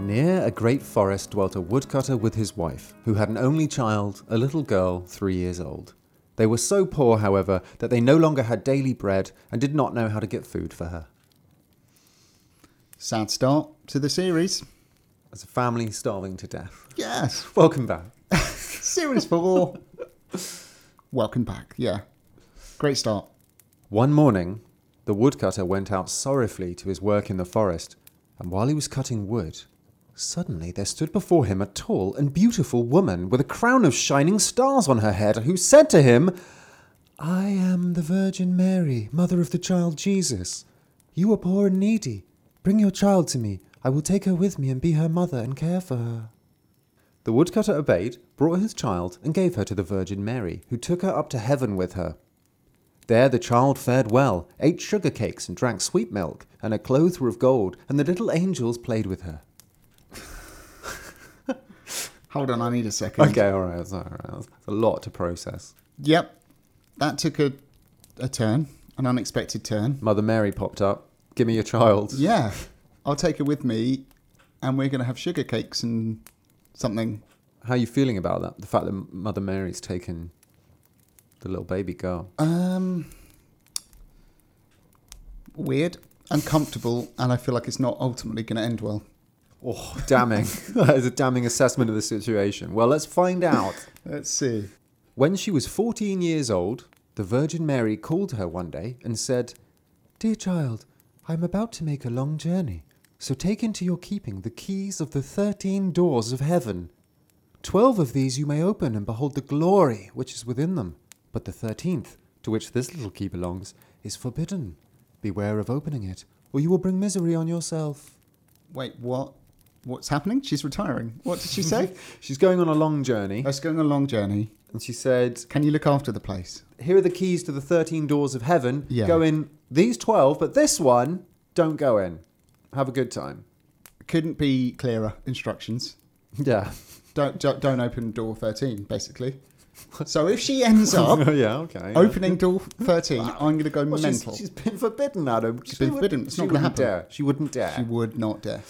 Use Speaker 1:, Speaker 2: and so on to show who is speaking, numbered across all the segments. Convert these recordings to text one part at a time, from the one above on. Speaker 1: Near a great forest dwelt a woodcutter with his wife, who had an only child, a little girl, three years old. They were so poor, however, that they no longer had daily bread and did not know how to get food for her.
Speaker 2: Sad start to the series.
Speaker 1: As a family starving to death.
Speaker 2: Yes.
Speaker 1: Welcome back.
Speaker 2: Series four. Welcome back. Yeah. Great start.
Speaker 1: One morning, the woodcutter went out sorrowfully to his work in the forest, and while he was cutting wood, suddenly there stood before him a tall and beautiful woman with a crown of shining stars on her head, who said to him, I am the Virgin Mary, mother of the child Jesus. You are poor and needy. Bring your child to me. I will take her with me and be her mother and care for her. The woodcutter obeyed, brought his child, and gave her to the Virgin Mary, who took her up to heaven with her. There the child fared well, ate sugar cakes and drank sweet milk, and her clothes were of gold, and the little angels played with her.
Speaker 2: Hold on, I need a second.
Speaker 1: Okay, all right, that's all right. That's a lot to process.
Speaker 2: Yep. That took a a turn, an unexpected turn.
Speaker 1: Mother Mary popped up. Give me your child.
Speaker 2: Yeah. I'll take her with me, and we're gonna have sugar cakes and something.
Speaker 1: How are you feeling about that? The fact that Mother Mary's taken the little baby girl.
Speaker 2: Um. Weird, uncomfortable, and I feel like it's not ultimately going to end well.
Speaker 1: Oh, damning. that is a damning assessment of the situation. Well, let's find out.
Speaker 2: Let's see.
Speaker 1: When she was 14 years old, the Virgin Mary called her one day and said, Dear child, I am about to make a long journey, so take into your keeping the keys of the 13 doors of heaven. Twelve of these you may open and behold the glory which is within them, but the 13th, to which this little key belongs, is forbidden. Beware of opening it, or you will bring misery on yourself.
Speaker 2: Wait, what? What's happening? She's retiring. What did she Uh, say?
Speaker 1: She's going on a long journey,
Speaker 2: Let's go on a long journey.
Speaker 1: and she said,
Speaker 2: Can you look after the place?
Speaker 1: here are the keys to the 13 doors of heaven.
Speaker 2: Yeah.
Speaker 1: Go in these 12, but this one, don't go in. Have a good time.
Speaker 2: Couldn't be clearer instructions.
Speaker 1: Yeah.
Speaker 2: Don't don't, don't open door thirteen, basically. So if she ends up
Speaker 1: yeah, okay. yeah.
Speaker 2: opening door thirteen, I'm going to go
Speaker 1: Well, she's,
Speaker 2: mental.
Speaker 1: she's been forbidden, Adam.
Speaker 2: She's been
Speaker 1: would-
Speaker 2: forbidden. It's
Speaker 1: she
Speaker 2: not gonna
Speaker 1: wouldn't
Speaker 2: happen.
Speaker 1: Dare. She wouldn't dare.
Speaker 2: she would not dare.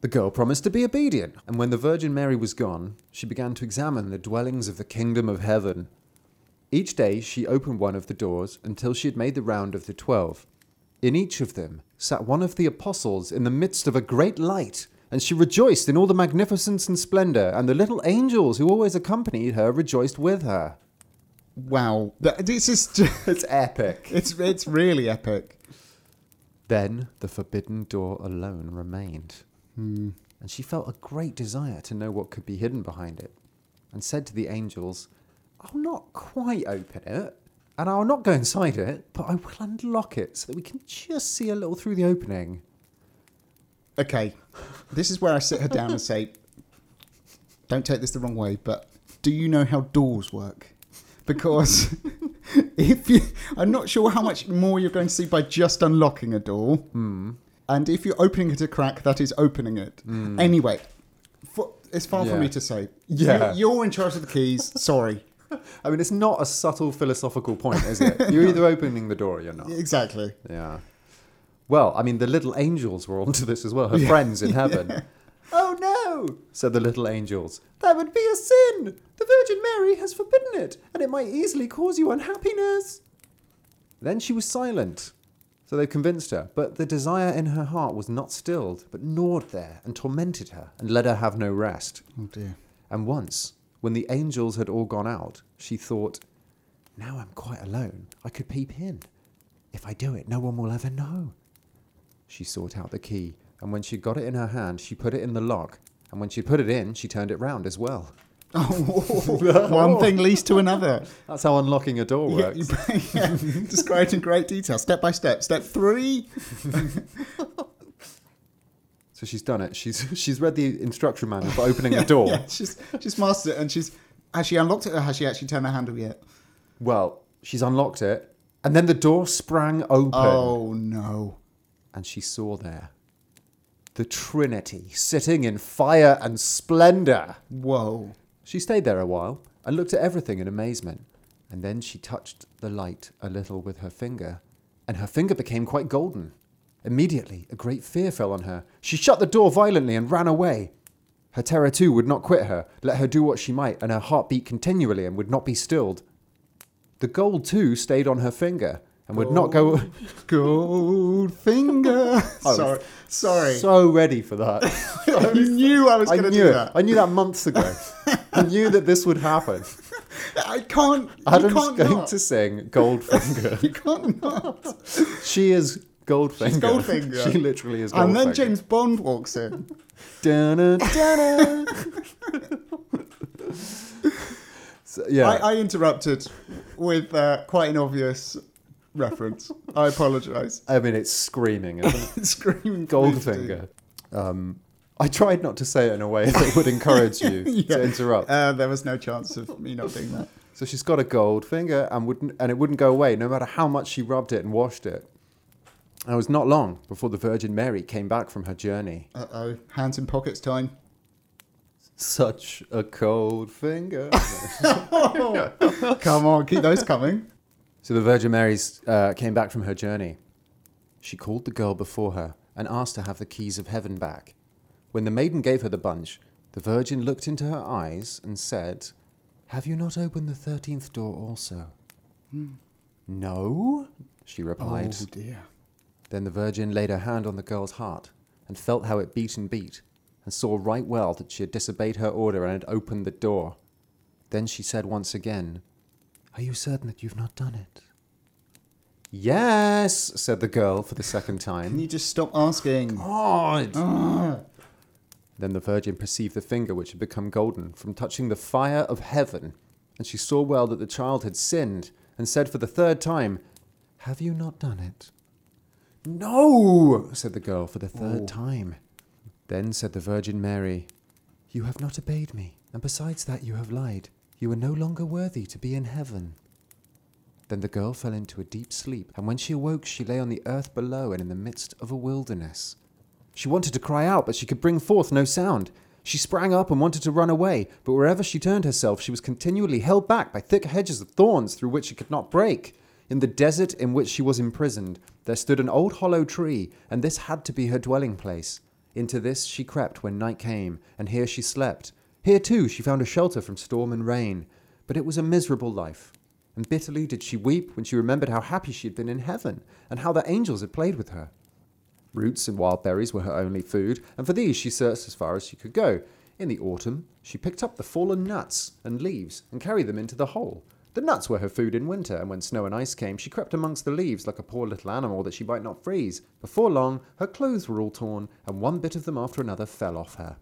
Speaker 1: The girl promised to be obedient, and when the Virgin Mary was gone, she began to examine the dwellings of the kingdom of heaven. Each day she opened one of the doors until she had made the round of the twelve. In each of them sat one of the apostles in the midst of a great light, and she rejoiced in all the magnificence and splendor, and the little angels who always accompanied her rejoiced with her.
Speaker 2: Wow, That- this is ju-
Speaker 1: It's epic.
Speaker 2: it's it's really epic.
Speaker 1: Then the forbidden door alone remained. And she felt a great desire to know what could be hidden behind it, and said to the angels, I'll not quite open it, and I'll not go inside it, but I will unlock it so that we can just see a little through the opening.
Speaker 2: Okay, this is where I sit her down and say, "Don't take this the wrong way, but do you know how doors work? Because if you, I'm not sure how much more you're going to see by just unlocking a door, and if you're opening it a crack, that is opening it. Anyway, for, it's far
Speaker 1: Yeah.
Speaker 2: for me to say.
Speaker 1: Yeah.
Speaker 2: you, you're in charge of the keys. Sorry,
Speaker 1: I mean, it's not a subtle philosophical point, is it? You're either opening the door or you're not.
Speaker 2: exactly.
Speaker 1: Yeah. Well, I mean, the little angels were onto this as well, her friends in heaven. Oh no, said the little angels. That would be a sin. The Virgin Mary has forbidden it, and it might easily cause you unhappiness. Then she was silent. So they convinced her, but the desire in her heart was not stilled, but gnawed there and tormented her, and let her have no rest.
Speaker 2: Oh dear.
Speaker 1: And once, when the angels had all gone out, she thought, Now I'm quite alone. I could peep in. If I do it, no one will ever know. She sought out the key, and when she got it in her hand, she put it in the lock, and when she put it in, she turned it round as well.
Speaker 2: Oh, one thing leads to another.
Speaker 1: That's how unlocking a door
Speaker 2: Yeah,
Speaker 1: works.
Speaker 2: you- yeah, described in great detail, step by step. Step three.
Speaker 1: So she's done it. She's she's read the instruction manual for opening a door.
Speaker 2: Yeah, she's she's mastered it, and she's has she unlocked it or has she actually turned the handle yet?
Speaker 1: Well, she's unlocked it, and then the door sprang open,
Speaker 2: Oh no!
Speaker 1: and she saw there the Trinity sitting in fire and splendor.
Speaker 2: Whoa!
Speaker 1: She stayed there a while and looked at everything in amazement, and then she touched the light a little with her finger, and her finger became quite golden. Immediately, a great fear fell on her. She shut the door violently and ran away. Her terror, too, would not quit her, let her do what she might, and her heart beat continually and would not be stilled. The gold, too, stayed on her finger and would not go.
Speaker 2: Gold finger.
Speaker 1: was
Speaker 2: sorry, sorry.
Speaker 1: So ready for that.
Speaker 2: you knew I was
Speaker 1: I
Speaker 2: going to
Speaker 1: knew
Speaker 2: do
Speaker 1: it.
Speaker 2: that.
Speaker 1: I knew that months ago. I knew that this would happen.
Speaker 2: I can't.
Speaker 1: Adam's
Speaker 2: you can't
Speaker 1: going
Speaker 2: not.
Speaker 1: to sing Goldfinger.
Speaker 2: You can't not.
Speaker 1: She is Goldfinger.
Speaker 2: She's Goldfinger.
Speaker 1: she literally is Goldfinger.
Speaker 2: And then James Bond walks in.
Speaker 1: Dun-dun, dun-dun. So, yeah.
Speaker 2: I, I interrupted with uh, quite an obvious reference. I apologise.
Speaker 1: I, mean, it's screaming, isn't it?
Speaker 2: Screaming
Speaker 1: Goldfinger. Um, I tried not to say it in a way that would encourage you
Speaker 2: Yeah.
Speaker 1: to interrupt.
Speaker 2: Uh, there was no chance of me not doing that.
Speaker 1: So she's got a gold finger and wouldn't and it wouldn't go away no matter how much she rubbed it and washed it. And it was not long before the Virgin Mary came back from her journey.
Speaker 2: Uh oh, hands in pockets time.
Speaker 1: Such a cold finger.
Speaker 2: Come on, keep those coming.
Speaker 1: So the Virgin Mary's uh, came back from her journey. She called the girl before her and asked to have the keys of heaven back. When the maiden gave her the bunch, the Virgin looked into her eyes and said, Have you not opened the thirteenth door also? No, she replied.
Speaker 2: Oh dear.
Speaker 1: Then the Virgin laid her hand on the girl's heart and felt how it beat and beat, and saw right well that she had disobeyed her order and had opened the door. Then she said once again, Are you certain that you've not done it? Yes, said the girl for the second
Speaker 2: Can
Speaker 1: time.
Speaker 2: you just stop asking?
Speaker 1: God!
Speaker 2: Ah.
Speaker 1: Then the Virgin perceived the finger which had become golden from touching the fire of heaven, and she saw well that the child had sinned, and said for the third time, Have you not done it? No, said the girl for the third
Speaker 2: Ooh.
Speaker 1: time. Then said the Virgin Mary, You have not obeyed me, and besides that you have lied. You are no longer worthy to be in heaven. Then the girl fell into a deep sleep, and when she awoke, she lay on the earth below and in the midst of a wilderness. She wanted to cry out, but she could bring forth no sound. She sprang up and wanted to run away, but wherever she turned herself, she was continually held back by thick hedges of thorns through which she could not break. In the desert in which she was imprisoned, there stood an old hollow tree, and this had to be her dwelling place. Into this she crept when night came, and here she slept. Here, too, she found a shelter from storm and rain. But it was a miserable life, and bitterly did she weep when she remembered how happy she had been in heaven, and how the angels had played with her. Roots and wild berries were her only food, and for these she searched as far as she could go. In the autumn, she picked up the fallen nuts and leaves and carried them into the hole. The nuts were her food in winter, and when snow and ice came, she crept amongst the leaves like a poor little animal that she might not freeze. Before long, her clothes were all torn, and one bit of them after another fell off her.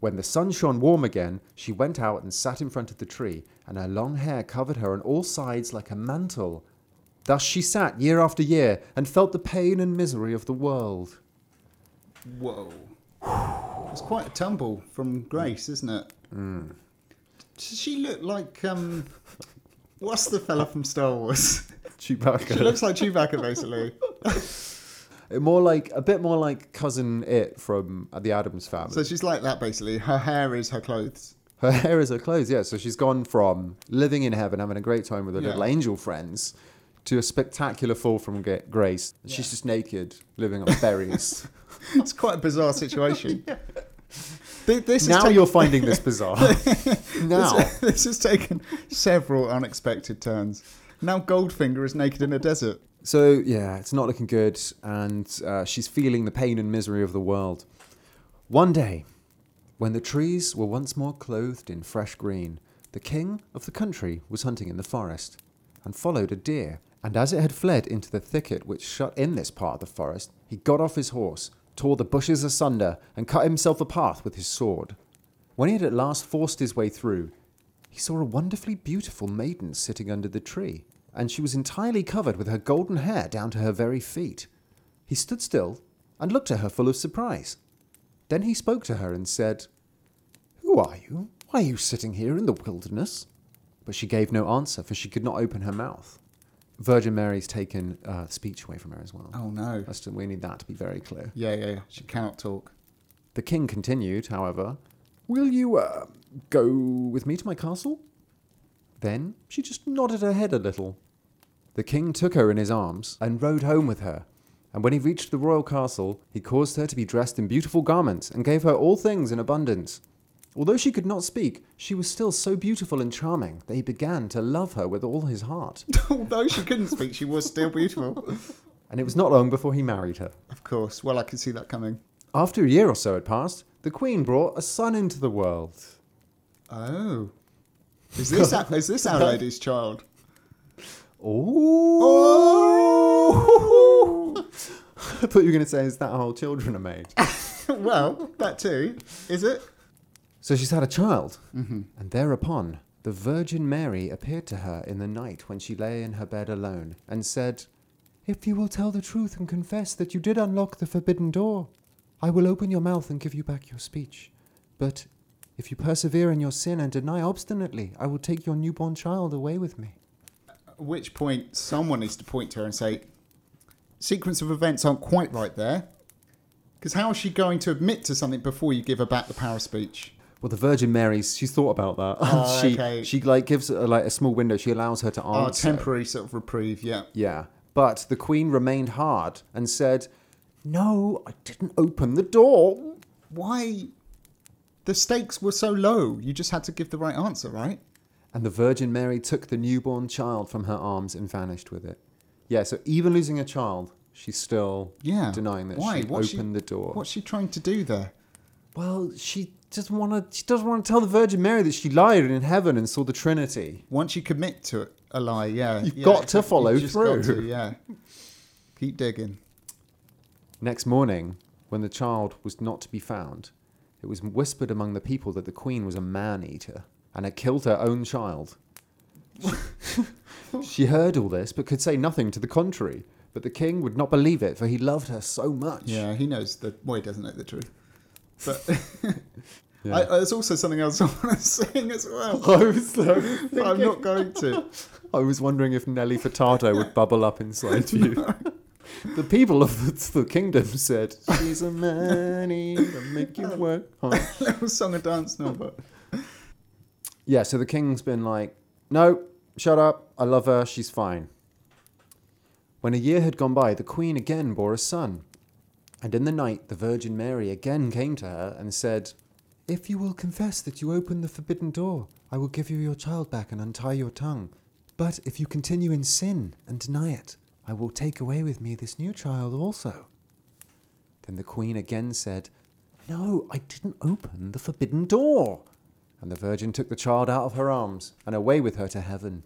Speaker 1: When the sun shone warm again, she went out and sat in front of the tree, and her long hair covered her on all sides like a mantle. Thus she sat year after year and felt the pain and misery of the world.
Speaker 2: Whoa. It's quite a tumble from Grace, isn't it?
Speaker 1: Hmm.
Speaker 2: Does she look like um what's the fella from Star Wars? she
Speaker 1: Chewbacca.
Speaker 2: looks like Chewbacca basically.
Speaker 1: more like a bit more like cousin it from uh, the Adams family.
Speaker 2: So she's like that basically. Her hair is her clothes.
Speaker 1: her hair is her clothes, yeah. So she's gone from living in heaven, having a great time with her
Speaker 2: Yeah.
Speaker 1: little angel friends, to a spectacular fall from ga- grace. And
Speaker 2: Yeah.
Speaker 1: She's just naked, living on berries.
Speaker 2: It's quite a bizarre situation. Th- This
Speaker 1: now
Speaker 2: is
Speaker 1: you're finding this bizarre. now.
Speaker 2: This, this has taken several unexpected turns. Now Goldfinger is naked in a desert.
Speaker 1: So yeah, it's not looking good, and uh, she's feeling the pain and misery of the world. One day, when the trees were once more clothed in fresh green, the king of the country was hunting in the forest, and followed a deer. And as it had fled into the thicket which shut in this part of the forest, he got off his horse, tore the bushes asunder, and cut himself a path with his sword. When he had at last forced his way through, he saw a wonderfully beautiful maiden sitting under the tree, and she was entirely covered with her golden hair down to her very feet. He stood still and looked at her full of surprise. Then he spoke to her and said, Who are you? Why are you sitting here in the wilderness? But she gave no answer, for she could not open her mouth. Virgin Mary's taken uh, speech away from her as well.
Speaker 2: Oh no.
Speaker 1: That's we need that to be very clear.
Speaker 2: Yeah, yeah, yeah. She cannot talk.
Speaker 1: The king continued, however, Will you uh, go with me to my castle? Then she just nodded her head a little. The king took her in his arms and rode home with her. And when he reached the royal castle, he caused her to be dressed in beautiful garments and gave her all things in abundance. Although she could not speak, she was still so beautiful and charming that he began to love her with all his heart.
Speaker 2: Although she couldn't speak, she was still beautiful.
Speaker 1: And it was not long before he married her.
Speaker 2: of course. Well, I could see that coming.
Speaker 1: After a year or so had passed, the queen brought a son into the world.
Speaker 2: Oh. Is this our, is this our lady's child?
Speaker 1: Oh! I thought you were going to say, is that how children are made?
Speaker 2: well, that too. Is it?
Speaker 1: so she's had a child. And thereupon, the Virgin Mary appeared to her in the night when she lay in her bed alone and said, If you will tell the truth and confess that you did unlock the forbidden door, I will open your mouth and give you back your speech. But if you persevere in your sin and deny obstinately, I will take your newborn child away with me.
Speaker 2: At which point, someone needs to point to her and say, sequence of events aren't quite right there. Because how is she going to admit to something before you give her back the power of speech?
Speaker 1: Well, the Virgin Mary's. She's thought about that.
Speaker 2: Oh,
Speaker 1: she
Speaker 2: okay.
Speaker 1: she like gives her, like a small window. She allows her to
Speaker 2: Our
Speaker 1: answer.
Speaker 2: Oh, temporary sort of reprieve, yeah.
Speaker 1: Yeah, but the Queen remained hard and said, "No, I didn't open the door."
Speaker 2: Why? The stakes were so low. You just had to give the right answer, right?
Speaker 1: And the Virgin Mary took the newborn child from her arms and vanished with it. Yeah, so even losing a child, she's still
Speaker 2: Yeah.
Speaker 1: denying that
Speaker 2: Why?
Speaker 1: she
Speaker 2: What's she-
Speaker 1: opened the door.
Speaker 2: What's she trying to do there?
Speaker 1: Well, she doesn't want to. She doesn't want to tell the Virgin Mary that she lied and in heaven and saw the Trinity.
Speaker 2: Once you commit to a lie, yeah,
Speaker 1: You've
Speaker 2: yeah,
Speaker 1: got to
Speaker 2: you've
Speaker 1: follow
Speaker 2: just got
Speaker 1: through.
Speaker 2: to, yeah, keep digging.
Speaker 1: Next morning, when the child was not to be found, it was whispered among the people that the queen was a man eater and had killed her own child. she heard all this but could say nothing to the contrary. But the king would not believe it, for he loved her so much.
Speaker 2: Yeah, he knows the. Well, he doesn't know the truth. But
Speaker 1: Yeah.
Speaker 2: I, uh, there's also something else I want to sing as well.
Speaker 1: I was, like,
Speaker 2: I'm not going to.
Speaker 1: I was wondering if Nelly Furtado would bubble up inside you. The people of the, the kingdom said, She's a man eater, make you work hard.
Speaker 2: That was song and dance number.
Speaker 1: Yeah, so the king's been like, no, shut up. I love her. She's fine. When a year had gone by, the queen again bore a son. And in the night, the Virgin Mary again came to her and said, If you will confess that you opened the forbidden door, I will give you your child back and untie your tongue. But if you continue in sin and deny it, I will take away with me this new child also. Then the queen again said, No, I didn't open the forbidden door. And the virgin took the child out of her arms and away with her to heaven.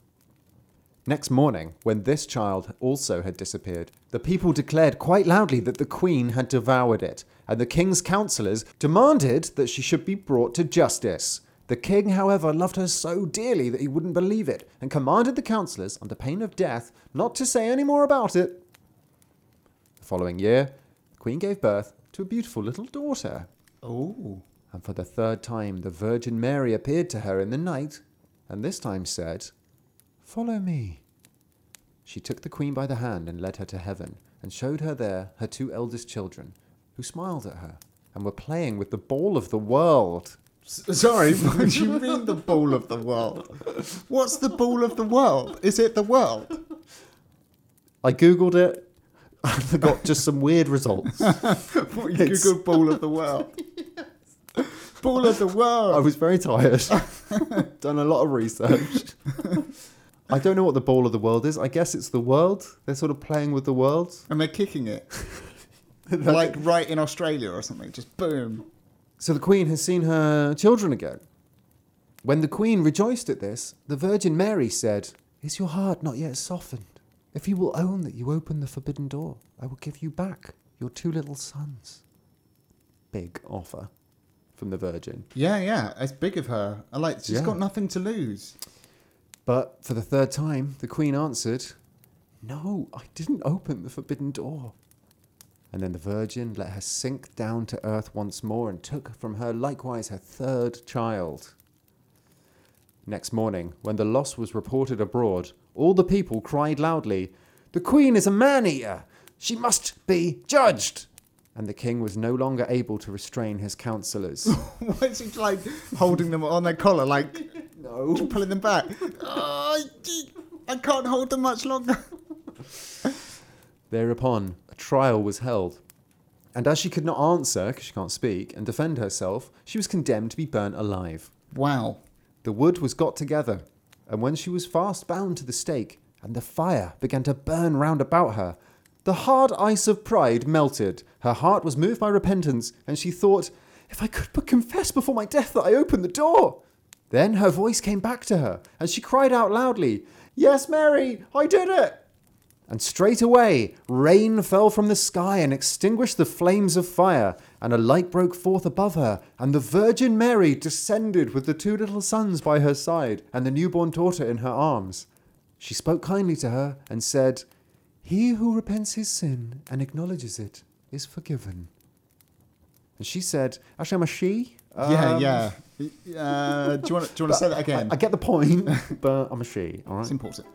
Speaker 1: Next morning, when this child also had disappeared, the people declared quite loudly that the queen had devoured it, and the king's councillors demanded that she should be brought to justice. The king, however, loved her so dearly that he wouldn't believe it, and commanded the councillors, under pain of death, not to say any more about it. The following year, the queen gave birth to a beautiful little daughter,
Speaker 2: Oh,
Speaker 1: and for the third time the Virgin Mary appeared to her in the night, and this time said, Follow me. She took the queen by the hand and led her to heaven, and showed her there her two eldest children, who smiled at her, and were playing with the ball of the world.
Speaker 2: sorry. What do you mean the ball of the world? What's the ball of the world? Is it the world?
Speaker 1: I googled it, and I got just some weird results.
Speaker 2: What, you
Speaker 1: It's-
Speaker 2: Google ball of the world. Ball of the world.
Speaker 1: I was very tired. Done a lot of research. I don't know what the ball of the world is. I guess it's the world. They're sort of playing with the world.
Speaker 2: And they're kicking it. like right in Australia or something. Just boom.
Speaker 1: So the queen has seen her children again. When the queen rejoiced at this, the Virgin Mary said, Is your heart not yet softened? If you will own that you opened the forbidden door, I will give you back your two little sons. Big offer. from the Virgin.
Speaker 2: Yeah, yeah. It's big of her. I like. She's
Speaker 1: Yeah.
Speaker 2: got nothing to lose.
Speaker 1: But for the third time, the Queen answered, No, I didn't open the forbidden door. And then the Virgin let her sink down to earth once more and took from her likewise her third child. Next morning, when the loss was reported abroad, all the people cried loudly, The Queen is a man eater! She must be judged! And the King was no longer able to restrain his counsellors.
Speaker 2: Why is she like holding them on their collar, like
Speaker 1: no.
Speaker 2: pulling them back? Oh, I can't hold them much longer.
Speaker 1: Thereupon, a trial was held. And as she could not answer, because she can't speak, and defend herself, she was condemned to be burnt alive.
Speaker 2: Wow.
Speaker 1: The wood was got together, and when she was fast bound to the stake, and the fire began to burn round about her, the hard ice of pride melted. Her heart was moved by repentance, and she thought, If I could but confess before my death that I opened the door! Then her voice came back to her, and she cried out loudly, Yes, Mary, I did it! And straightway rain fell from the sky and extinguished the flames of fire, and a light broke forth above her, and the Virgin Mary descended with the two little sons by her side, and the newborn daughter in her arms. She spoke kindly to her and said, He who repents his sin and acknowledges it is forgiven. And she said, Actually, I'm a she. Um,
Speaker 2: yeah, yeah. Uh, do you want to say that
Speaker 1: I,
Speaker 2: again?
Speaker 1: I get the point, but I'm a she, all right?
Speaker 2: it's important.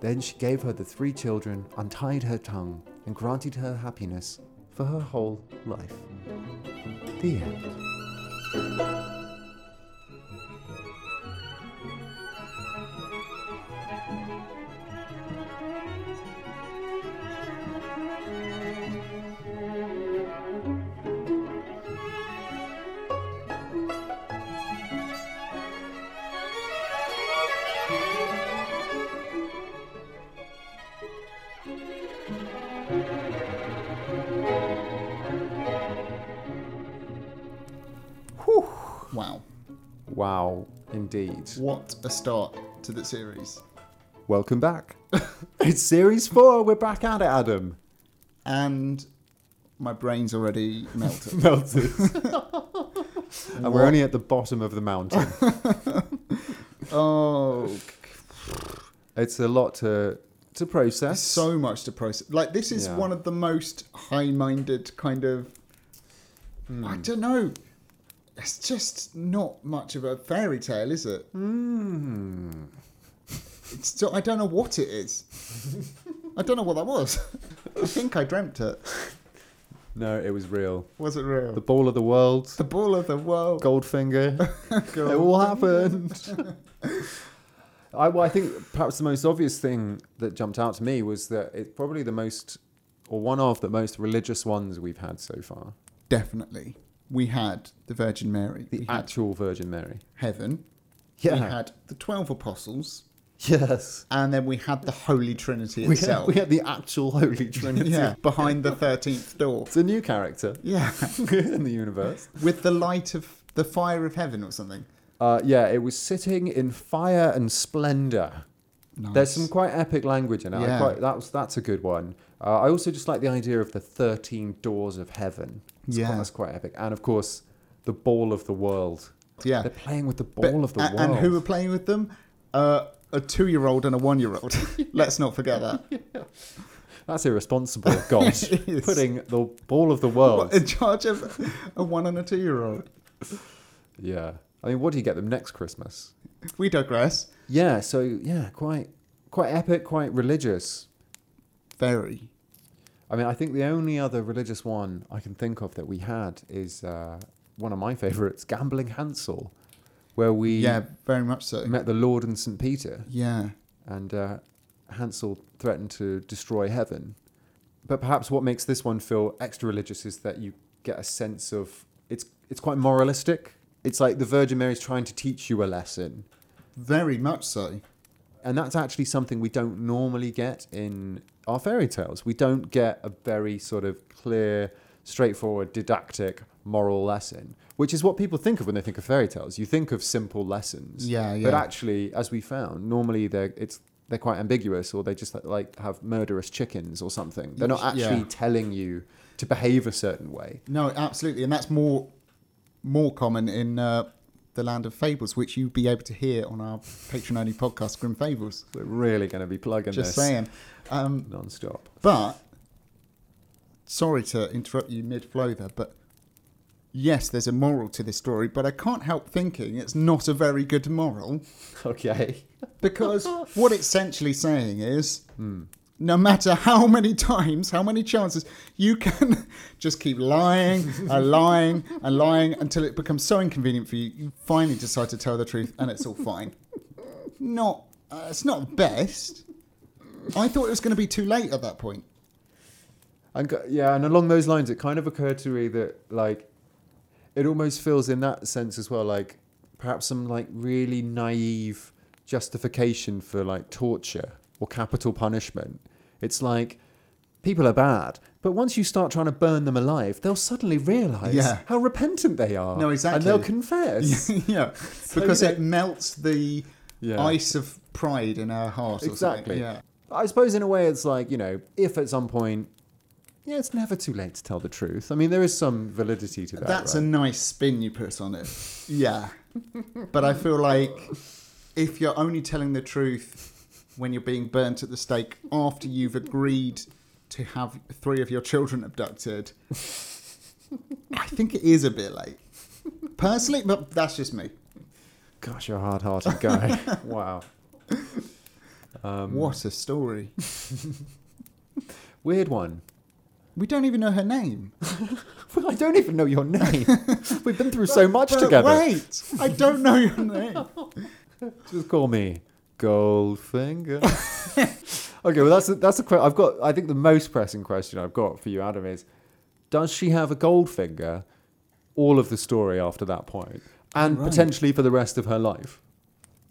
Speaker 1: Then she gave her the three children, untied her tongue, and granted her happiness for her whole life. The end.
Speaker 2: Wow.
Speaker 1: Wow, indeed.
Speaker 2: What a start to the series.
Speaker 1: Welcome back. it's series four. We're back at it, Adam.
Speaker 2: And my brain's already melted.
Speaker 1: Melted. and we're
Speaker 2: What?
Speaker 1: only at the bottom of the mountain.
Speaker 2: oh,
Speaker 1: it's a lot to to process.
Speaker 2: so much to process. Like, this is
Speaker 1: Yeah.
Speaker 2: one of the most high minded kind of.
Speaker 1: Hmm.
Speaker 2: I don't know. It's just not much of a fairy tale, is it?
Speaker 1: Mm.
Speaker 2: It's still, I don't know what it is. I don't know what that was. I think I dreamt it.
Speaker 1: No, it was real.
Speaker 2: Was it real?
Speaker 1: The
Speaker 2: The,
Speaker 1: ball of the world,
Speaker 2: ball of the world.
Speaker 1: Goldfinger.
Speaker 2: Go-
Speaker 1: It all happened. I, well, I think perhaps the most obvious thing that jumped out to me was that it's probably the most, or one of the most religious ones we've had so far.
Speaker 2: Definitely. We had the Virgin Mary.
Speaker 1: The
Speaker 2: we had
Speaker 1: actual Virgin Mary.
Speaker 2: heaven.
Speaker 1: Yeah.
Speaker 2: We had the 12 apostles.
Speaker 1: yes.
Speaker 2: And then we had the Holy Trinity
Speaker 1: We had,
Speaker 2: itself.
Speaker 1: we had the actual Holy Trinity.
Speaker 2: yeah, behind the 13th door.
Speaker 1: It's a new character
Speaker 2: Yeah.
Speaker 1: in the universe.
Speaker 2: With the light of the fire of heaven or something.
Speaker 1: Uh, yeah, it was sitting in fire and splendor.
Speaker 2: Nice.
Speaker 1: There's some quite epic language in it. I
Speaker 2: Yeah.
Speaker 1: quite, that was, that's a good one. Uh, I also just like the idea of the 13 doors of heaven. It's
Speaker 2: Yeah.
Speaker 1: Quite, that's quite epic. And of course, the ball of the world.
Speaker 2: Yeah.
Speaker 1: They're playing with the
Speaker 2: But-
Speaker 1: ball of the
Speaker 2: a-
Speaker 1: world.
Speaker 2: And who were playing with them? Uh, a two year old and a one year old. Let's not forget that.
Speaker 1: That's irresponsible. Gosh.
Speaker 2: It is.
Speaker 1: Putting the ball of the world.
Speaker 2: In charge of a one and a two year old.
Speaker 1: yeah. I mean, what do you get them next Christmas?
Speaker 2: We digress.
Speaker 1: Yeah, so yeah, quite quite epic, quite religious.
Speaker 2: Very.
Speaker 1: I mean, I think the only other religious one I can think of that we had is uh, one of my favorites, Gambling Hansel, where we
Speaker 2: Yeah, very much so.
Speaker 1: met the Lord and St. Peter,
Speaker 2: Yeah.
Speaker 1: and uh, Hansel threatened to destroy heaven. But perhaps what makes this one feel extra religious is that you get a sense of it's it's quite moralistic. It's like the Virgin Mary's trying to teach you a lesson,
Speaker 2: Very much so.
Speaker 1: and that's actually something we don't normally get in our fairy tales. We don't get a very sort of clear, straightforward, didactic moral lesson, which is what people think of when they think of fairy tales. You think of simple lessons,
Speaker 2: Yeah, yeah.
Speaker 1: but actually, as we found, normally they're it's they're quite ambiguous, or they just like have murderous chickens or something. They're not
Speaker 2: Yeah.
Speaker 1: actually telling you to behave a certain way.
Speaker 2: no, absolutely. And that's more more common in uh, the land of fables, which you'll be able to hear on our patron only podcast, Grim Fables.
Speaker 1: We're really going to be plugging
Speaker 2: Just
Speaker 1: this
Speaker 2: saying. Um,
Speaker 1: non-stop.
Speaker 2: but sorry to interrupt you mid flow there, but yes, there's a moral to this story, but I can't help thinking it's not a very good moral
Speaker 1: Okay.
Speaker 2: because what it's essentially saying is no matter how many times, how many chances, you can just keep lying and lying and lying until it becomes so inconvenient for you, you finally decide to tell the truth and it's all fine. Not, uh, it's not best. I thought it was going to be too late at that point.
Speaker 1: And go- yeah, and along those lines, it kind of occurred to me that like, it almost feels in that sense as well, like perhaps some like really naive justification for like torture or capital punishment. It's like people are bad, but once you start trying to burn them alive, they'll suddenly realise
Speaker 2: Yeah.
Speaker 1: how repentant they are.
Speaker 2: No,
Speaker 1: And they'll
Speaker 2: exactly.
Speaker 1: confess.
Speaker 2: yeah, because
Speaker 1: yeah.
Speaker 2: it melts the
Speaker 1: Yeah.
Speaker 2: ice of pride in our heart. or something.
Speaker 1: Exactly.
Speaker 2: Yeah.
Speaker 1: I suppose in a way it's like, you know, if at some point yeah, it's never too late to tell the truth. I mean, there is some validity to that.
Speaker 2: That's
Speaker 1: right?
Speaker 2: a nice spin you put on it. Yeah. but I feel like if you're only telling the truth when you're being burnt at the stake after you've agreed to have three of your children abducted, I think it is a bit late. Personally, but that's just me.
Speaker 1: Gosh, you're a hard-hearted guy. wow. Um,
Speaker 2: What a story.
Speaker 1: weird one?
Speaker 2: We don't even know her name.
Speaker 1: Well, I don't even know your name. We've been through so much
Speaker 2: But
Speaker 1: together.
Speaker 2: Wait, I don't know your name.
Speaker 1: Just call me Goldfinger. okay, well that's a, that's a question I've got. I think the most pressing question I've got for you, Adam, is: Does she have a gold finger? All of the story after that point, and
Speaker 2: Right.
Speaker 1: potentially for the rest of her life,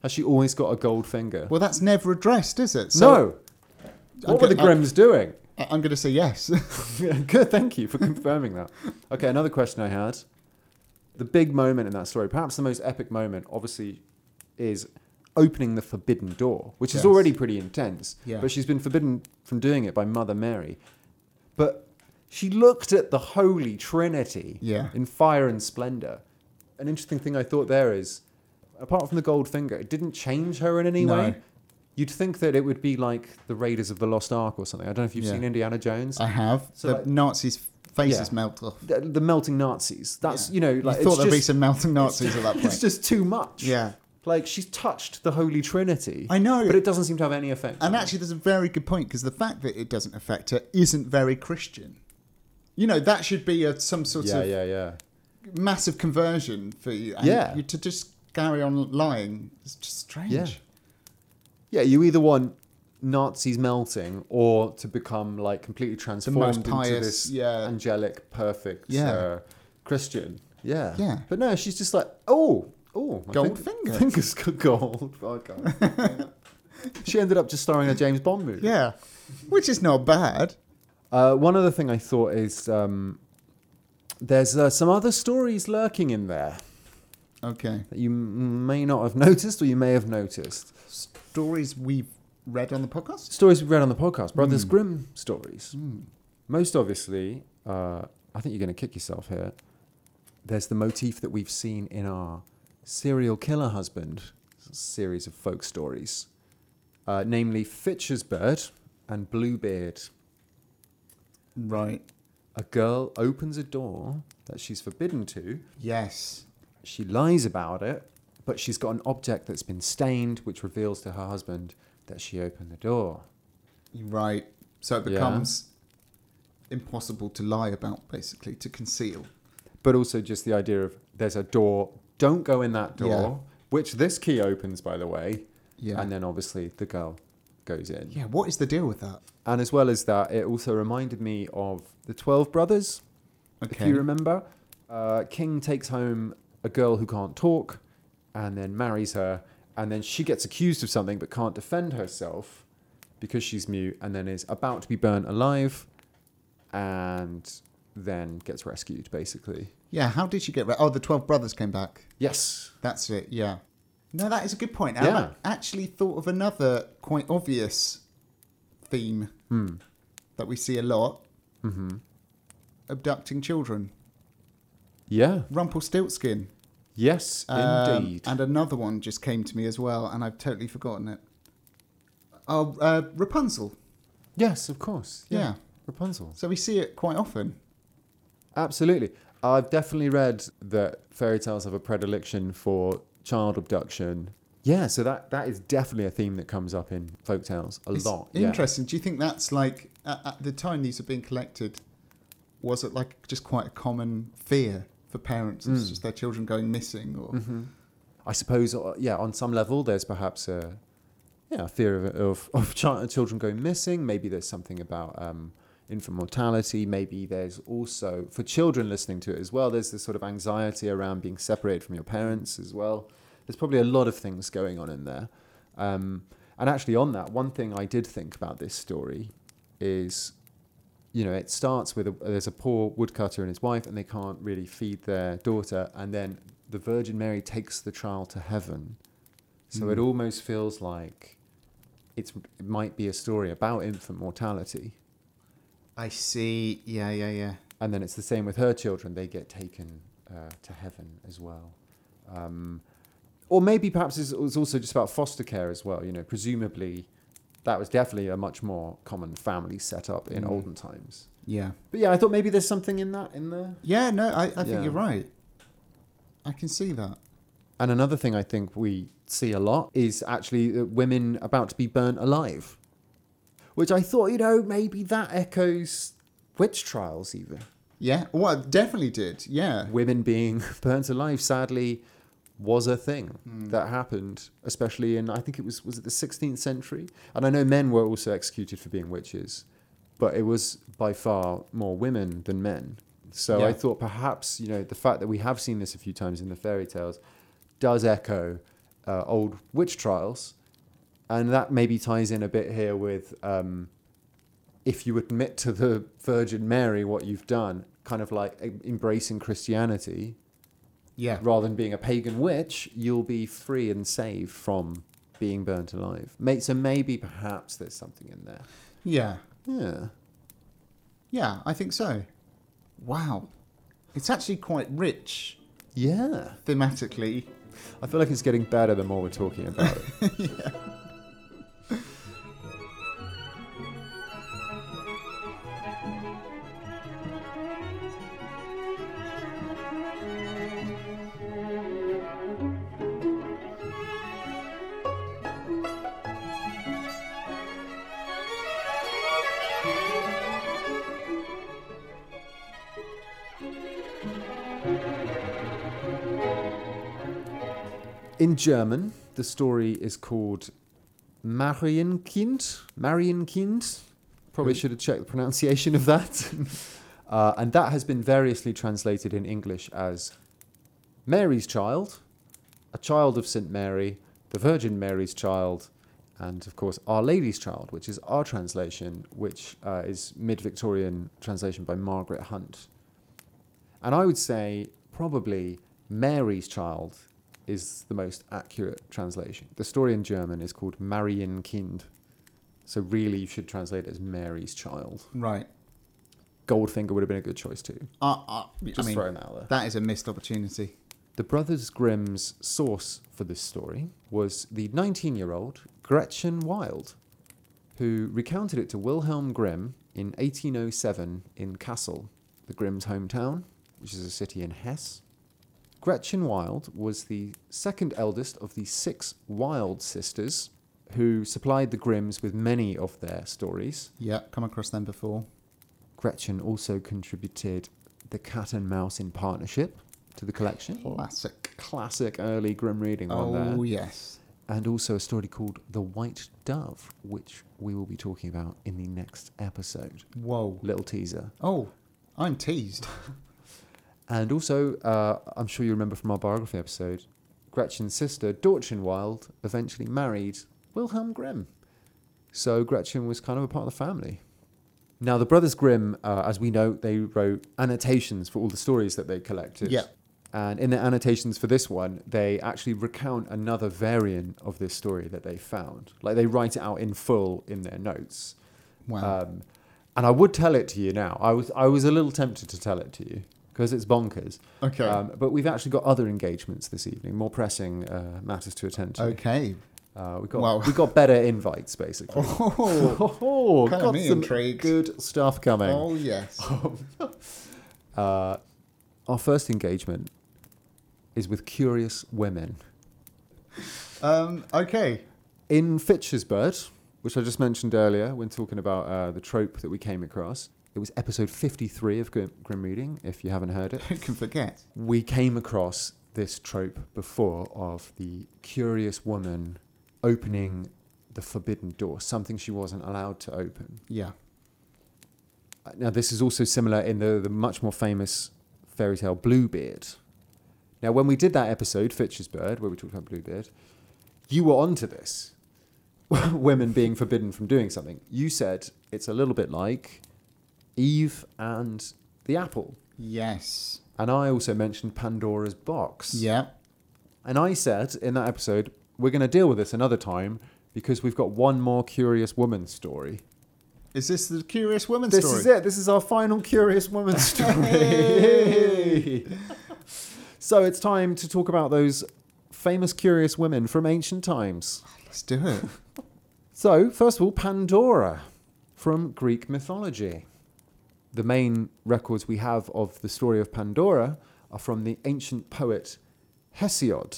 Speaker 1: has she always got a gold finger?
Speaker 2: Well, that's never addressed, is it?
Speaker 1: no. What were the
Speaker 2: gonna-
Speaker 1: Grims doing?
Speaker 2: I- I'm going to say yes.
Speaker 1: Good, thank you for confirming that. Okay, another question I had. The big moment in that story, perhaps the most epic moment, obviously, is opening the forbidden door, which is
Speaker 2: Yes.
Speaker 1: already pretty intense.
Speaker 2: Yeah.
Speaker 1: But she's been forbidden from doing it by Mother Mary. But she looked at the Holy Trinity
Speaker 2: Yeah.
Speaker 1: in fire and splendor. An interesting thing I thought there is, apart from the gold finger, it didn't change her in any
Speaker 2: No.
Speaker 1: way. You'd think that it would be like the Raiders of the Lost Ark or something. I don't know if you've
Speaker 2: Yeah.
Speaker 1: seen Indiana Jones
Speaker 2: I have.
Speaker 1: So,
Speaker 2: the
Speaker 1: like-
Speaker 2: Nazis' faces
Speaker 1: Yeah.
Speaker 2: melt off.
Speaker 1: the, the melting Nazis. That's
Speaker 2: Yeah.
Speaker 1: you know, like
Speaker 2: you thought
Speaker 1: it's,
Speaker 2: there'd be
Speaker 1: just,
Speaker 2: some melting Nazis at that
Speaker 1: it's
Speaker 2: point.
Speaker 1: just too much.
Speaker 2: Yeah.
Speaker 1: like she's touched the Holy Trinity,
Speaker 2: I know.
Speaker 1: but it doesn't seem to have any effect. on
Speaker 2: and
Speaker 1: her.
Speaker 2: actually, there's a very good point because the fact that it doesn't affect her isn't very Christian. You know, that should be a, some sort
Speaker 1: yeah,
Speaker 2: of
Speaker 1: yeah, yeah.
Speaker 2: massive conversion for you. And
Speaker 1: Yeah.
Speaker 2: You, to just carry on lying is just strange.
Speaker 1: Yeah. Yeah, you either want Nazis melting or to become like completely transformed into
Speaker 2: pious,
Speaker 1: this
Speaker 2: yeah.
Speaker 1: angelic, perfect
Speaker 2: Yeah.
Speaker 1: uh, Christian. Yeah.
Speaker 2: Yeah.
Speaker 1: But no, she's just like, oh, oh, my
Speaker 2: Gold
Speaker 1: finger-
Speaker 2: finger.
Speaker 1: Fingers got gold. Oh, God. she ended up just starring in a James Bond movie.
Speaker 2: Yeah. Which is not bad.
Speaker 1: Uh, one other thing I thought is um, there's uh, some other stories lurking in there
Speaker 2: Okay.
Speaker 1: that you m- may not have noticed or you may have noticed.
Speaker 2: Stories we've read on the podcast?
Speaker 1: Stories we read on the podcast, Brothers Grimm stories. Most obviously, uh, I think you're going to kick yourself here. There's the motif that we've seen in our serial killer husband series of folk stories, uh, namely Fitcher's Bird and Bluebeard.
Speaker 2: Right.
Speaker 1: A girl opens a door that she's forbidden to.
Speaker 2: Yes.
Speaker 1: She lies about it, but she's got an object that's been stained, which reveals to her husband that she opened the door.
Speaker 2: Right. So it
Speaker 1: Yeah.
Speaker 2: becomes impossible to lie about, basically, to conceal.
Speaker 1: But also, just the idea of there's a door, don't go in that door, which this key opens, by the way.
Speaker 2: Yeah.
Speaker 1: And then obviously the girl goes in.
Speaker 2: yeah, what is the deal with that?
Speaker 1: And as well as that, it also reminded me of the 12 brothers. If you remember, uh, King takes home a girl who can't talk and then marries her. And then she gets accused of something but can't defend herself because she's mute and then is about to be burnt alive and then gets rescued, basically.
Speaker 2: yeah, how did she get re- Oh, the 12 brothers came back.
Speaker 1: Yes.
Speaker 2: That's it, yeah. No, that is a good point. I
Speaker 1: Yeah.
Speaker 2: ac- actually thought of another quite obvious theme that we see a lot
Speaker 1: hmm
Speaker 2: abducting children.
Speaker 1: Yeah.
Speaker 2: Rumpelstiltskin.
Speaker 1: Yes,
Speaker 2: Um,
Speaker 1: indeed.
Speaker 2: And another one just came to me as well, and I've totally forgotten it. Oh, uh, Rapunzel.
Speaker 1: yes, of course. Yeah.
Speaker 2: Yeah.
Speaker 1: Rapunzel.
Speaker 2: So we see it quite often.
Speaker 1: Absolutely. I've definitely read that fairy tales have a predilection for child abduction. Yeah, so that, that is definitely a theme that comes up in folk tales a
Speaker 2: It's
Speaker 1: lot. yeah.
Speaker 2: Interesting. Do you think that's like at, at the time these are being collected, was it like just quite a common fear for parents? It's
Speaker 1: Mm.
Speaker 2: just their children going missing, or
Speaker 1: Mhm. I suppose, uh, yeah, on some level, there's perhaps a yeah a fear of of, of chi- children going missing. Maybe there's something about um, infant mortality. Maybe there's also for children listening to it as well. There's this sort of anxiety around being separated from your parents as well. There's probably a lot of things going on in there. Um, and actually, on that, one thing I did think about this story is, you know, it starts with a, there's a poor woodcutter and his wife, and they can't really feed their daughter. And then the Virgin Mary takes the child to heaven. So it
Speaker 2: Mm.
Speaker 1: almost feels like it's, it might be a story about infant mortality.
Speaker 2: I see. Yeah, yeah, yeah.
Speaker 1: And then it's the same with her children, they get taken uh, to heaven as well. Um, or maybe perhaps it's, it's also just about foster care as well. You know, presumably that was definitely a much more common family setup in
Speaker 2: Mm.
Speaker 1: olden times.
Speaker 2: Yeah.
Speaker 1: But yeah, I thought maybe there's something in that in there.
Speaker 2: Yeah, no, I, I
Speaker 1: Yeah.
Speaker 2: think you're right. I can see that.
Speaker 1: And another thing I think we see a lot is actually uh, women about to be burnt alive, which I thought, you know, maybe that echoes witch trials even.
Speaker 2: Yeah. Well, it definitely did. Yeah.
Speaker 1: women being burnt alive sadly was a thing that happened especially in i think it was was it the 16th century and i know men were also executed for being witches but it was by far more women than men so i
Speaker 2: Yeah.
Speaker 1: thought perhaps you know the fact that we have seen this a few times in the fairy tales does echo uh, old witch trials and that maybe ties in a bit here with um, if you admit to the Virgin Mary what you've done, kind of like em- embracing Christianity
Speaker 2: Yeah.
Speaker 1: rather than being a pagan witch, you'll be free and saved from being burnt alive. May- So maybe perhaps there's something in there.
Speaker 2: Yeah.
Speaker 1: Yeah.
Speaker 2: Yeah, I think so. Wow. It's actually quite rich
Speaker 1: Yeah.
Speaker 2: thematically.
Speaker 1: I feel like it's getting better the more we're talking about it. In German, the story is called Marienkind. Marienkind. Probably should have checked the pronunciation of that. uh, and that has been variously translated in English as Mary's Child, a child of St. Mary, the Virgin Mary's Child, and of course Our Lady's Child, which is our translation, which uh, is mid Victorian translation by Margaret Hunt. And I would say probably Mary's Child is the most accurate translation. The story in German is called Marienkind. So really you should translate it as Mary's Child.
Speaker 2: Right.
Speaker 1: Goldfinger would have been a good choice too.
Speaker 2: Uh, uh, I
Speaker 1: Just
Speaker 2: mean,
Speaker 1: throwing that out there.
Speaker 2: that is a missed opportunity.
Speaker 1: The Brothers Grimm's source for this story was the 19 year old Gretchen Wild, who recounted it to Wilhelm Grimm in 1807 in Kassel, the Grimm's hometown, which is a city in Hesse. Gretchen Wild was the second eldest of the six Wild sisters who supplied the Grimms with many of their stories.
Speaker 2: Yeah, come across them before.
Speaker 1: Gretchen also contributed The Cat and Mouse in Partnership to the collection
Speaker 2: Classic.
Speaker 1: classic early grim reading one there.
Speaker 2: Oh, yes.
Speaker 1: And also a story called The White Dove, which we will be talking about in the next episode.
Speaker 2: Whoa.
Speaker 1: Little teaser.
Speaker 2: Oh, I'm teased.
Speaker 1: And also, uh, I'm sure you remember from our biography episode, Gretchen's sister, Dorchenwild, eventually married Wilhelm Grimm. So Gretchen was kind of a part of the family. Now, the Brothers Grimm, uh, as we know, they wrote annotations for all the stories that they collected.
Speaker 2: Yeah.
Speaker 1: And in the annotations for this one, they actually recount another variant of this story that they found. Like they write it out in full in their notes.
Speaker 2: Wow.
Speaker 1: Um, and I would tell it to you now. I was I was a little tempted to tell it to you, because it's bonkers.
Speaker 2: Okay.
Speaker 1: Um, but we've actually got other engagements this evening, more pressing uh, matters to attend to.
Speaker 2: okay.
Speaker 1: Uh, we got
Speaker 2: Wow.
Speaker 1: we got better invites basically.
Speaker 2: Oh,
Speaker 1: Oh,
Speaker 2: Kinda
Speaker 1: got
Speaker 2: me
Speaker 1: some
Speaker 2: intrigued.
Speaker 1: good stuff coming.
Speaker 2: oh yes.
Speaker 1: Uh, our first engagement is with Curious Women
Speaker 2: Um, okay.
Speaker 1: in Fitchesbird, which I just mentioned earlier when talking about uh, the trope that we came across. It was episode 53 of Grim, Grim Reading, if you haven't heard it.
Speaker 2: Who can forget?
Speaker 1: We came across this trope before of the curious woman opening the forbidden door, something she wasn't allowed to open.
Speaker 2: Yeah.
Speaker 1: Uh, Now, this is also similar in the, the much more famous fairy tale Bluebeard. Now, when we did that episode, Fitch's Bird, where we talked about Bluebeard, you were onto this women being forbidden from doing something. You said it's a little bit like Eve and the apple.
Speaker 2: Yes.
Speaker 1: And I also mentioned Pandora's box.
Speaker 2: Yeah.
Speaker 1: And I said in that episode, we're going to deal with this another time because we've got one more Curious Woman story.
Speaker 2: Is this the Curious Woman
Speaker 1: This
Speaker 2: story?
Speaker 1: is it. This is our final Curious Woman story.
Speaker 2: Hey!
Speaker 1: so it's time to talk about those famous Curious Women from ancient times.
Speaker 2: Let's do it.
Speaker 1: So, first of all, Pandora from Greek mythology. The main records we have of the story of Pandora are from the ancient poet Hesiod,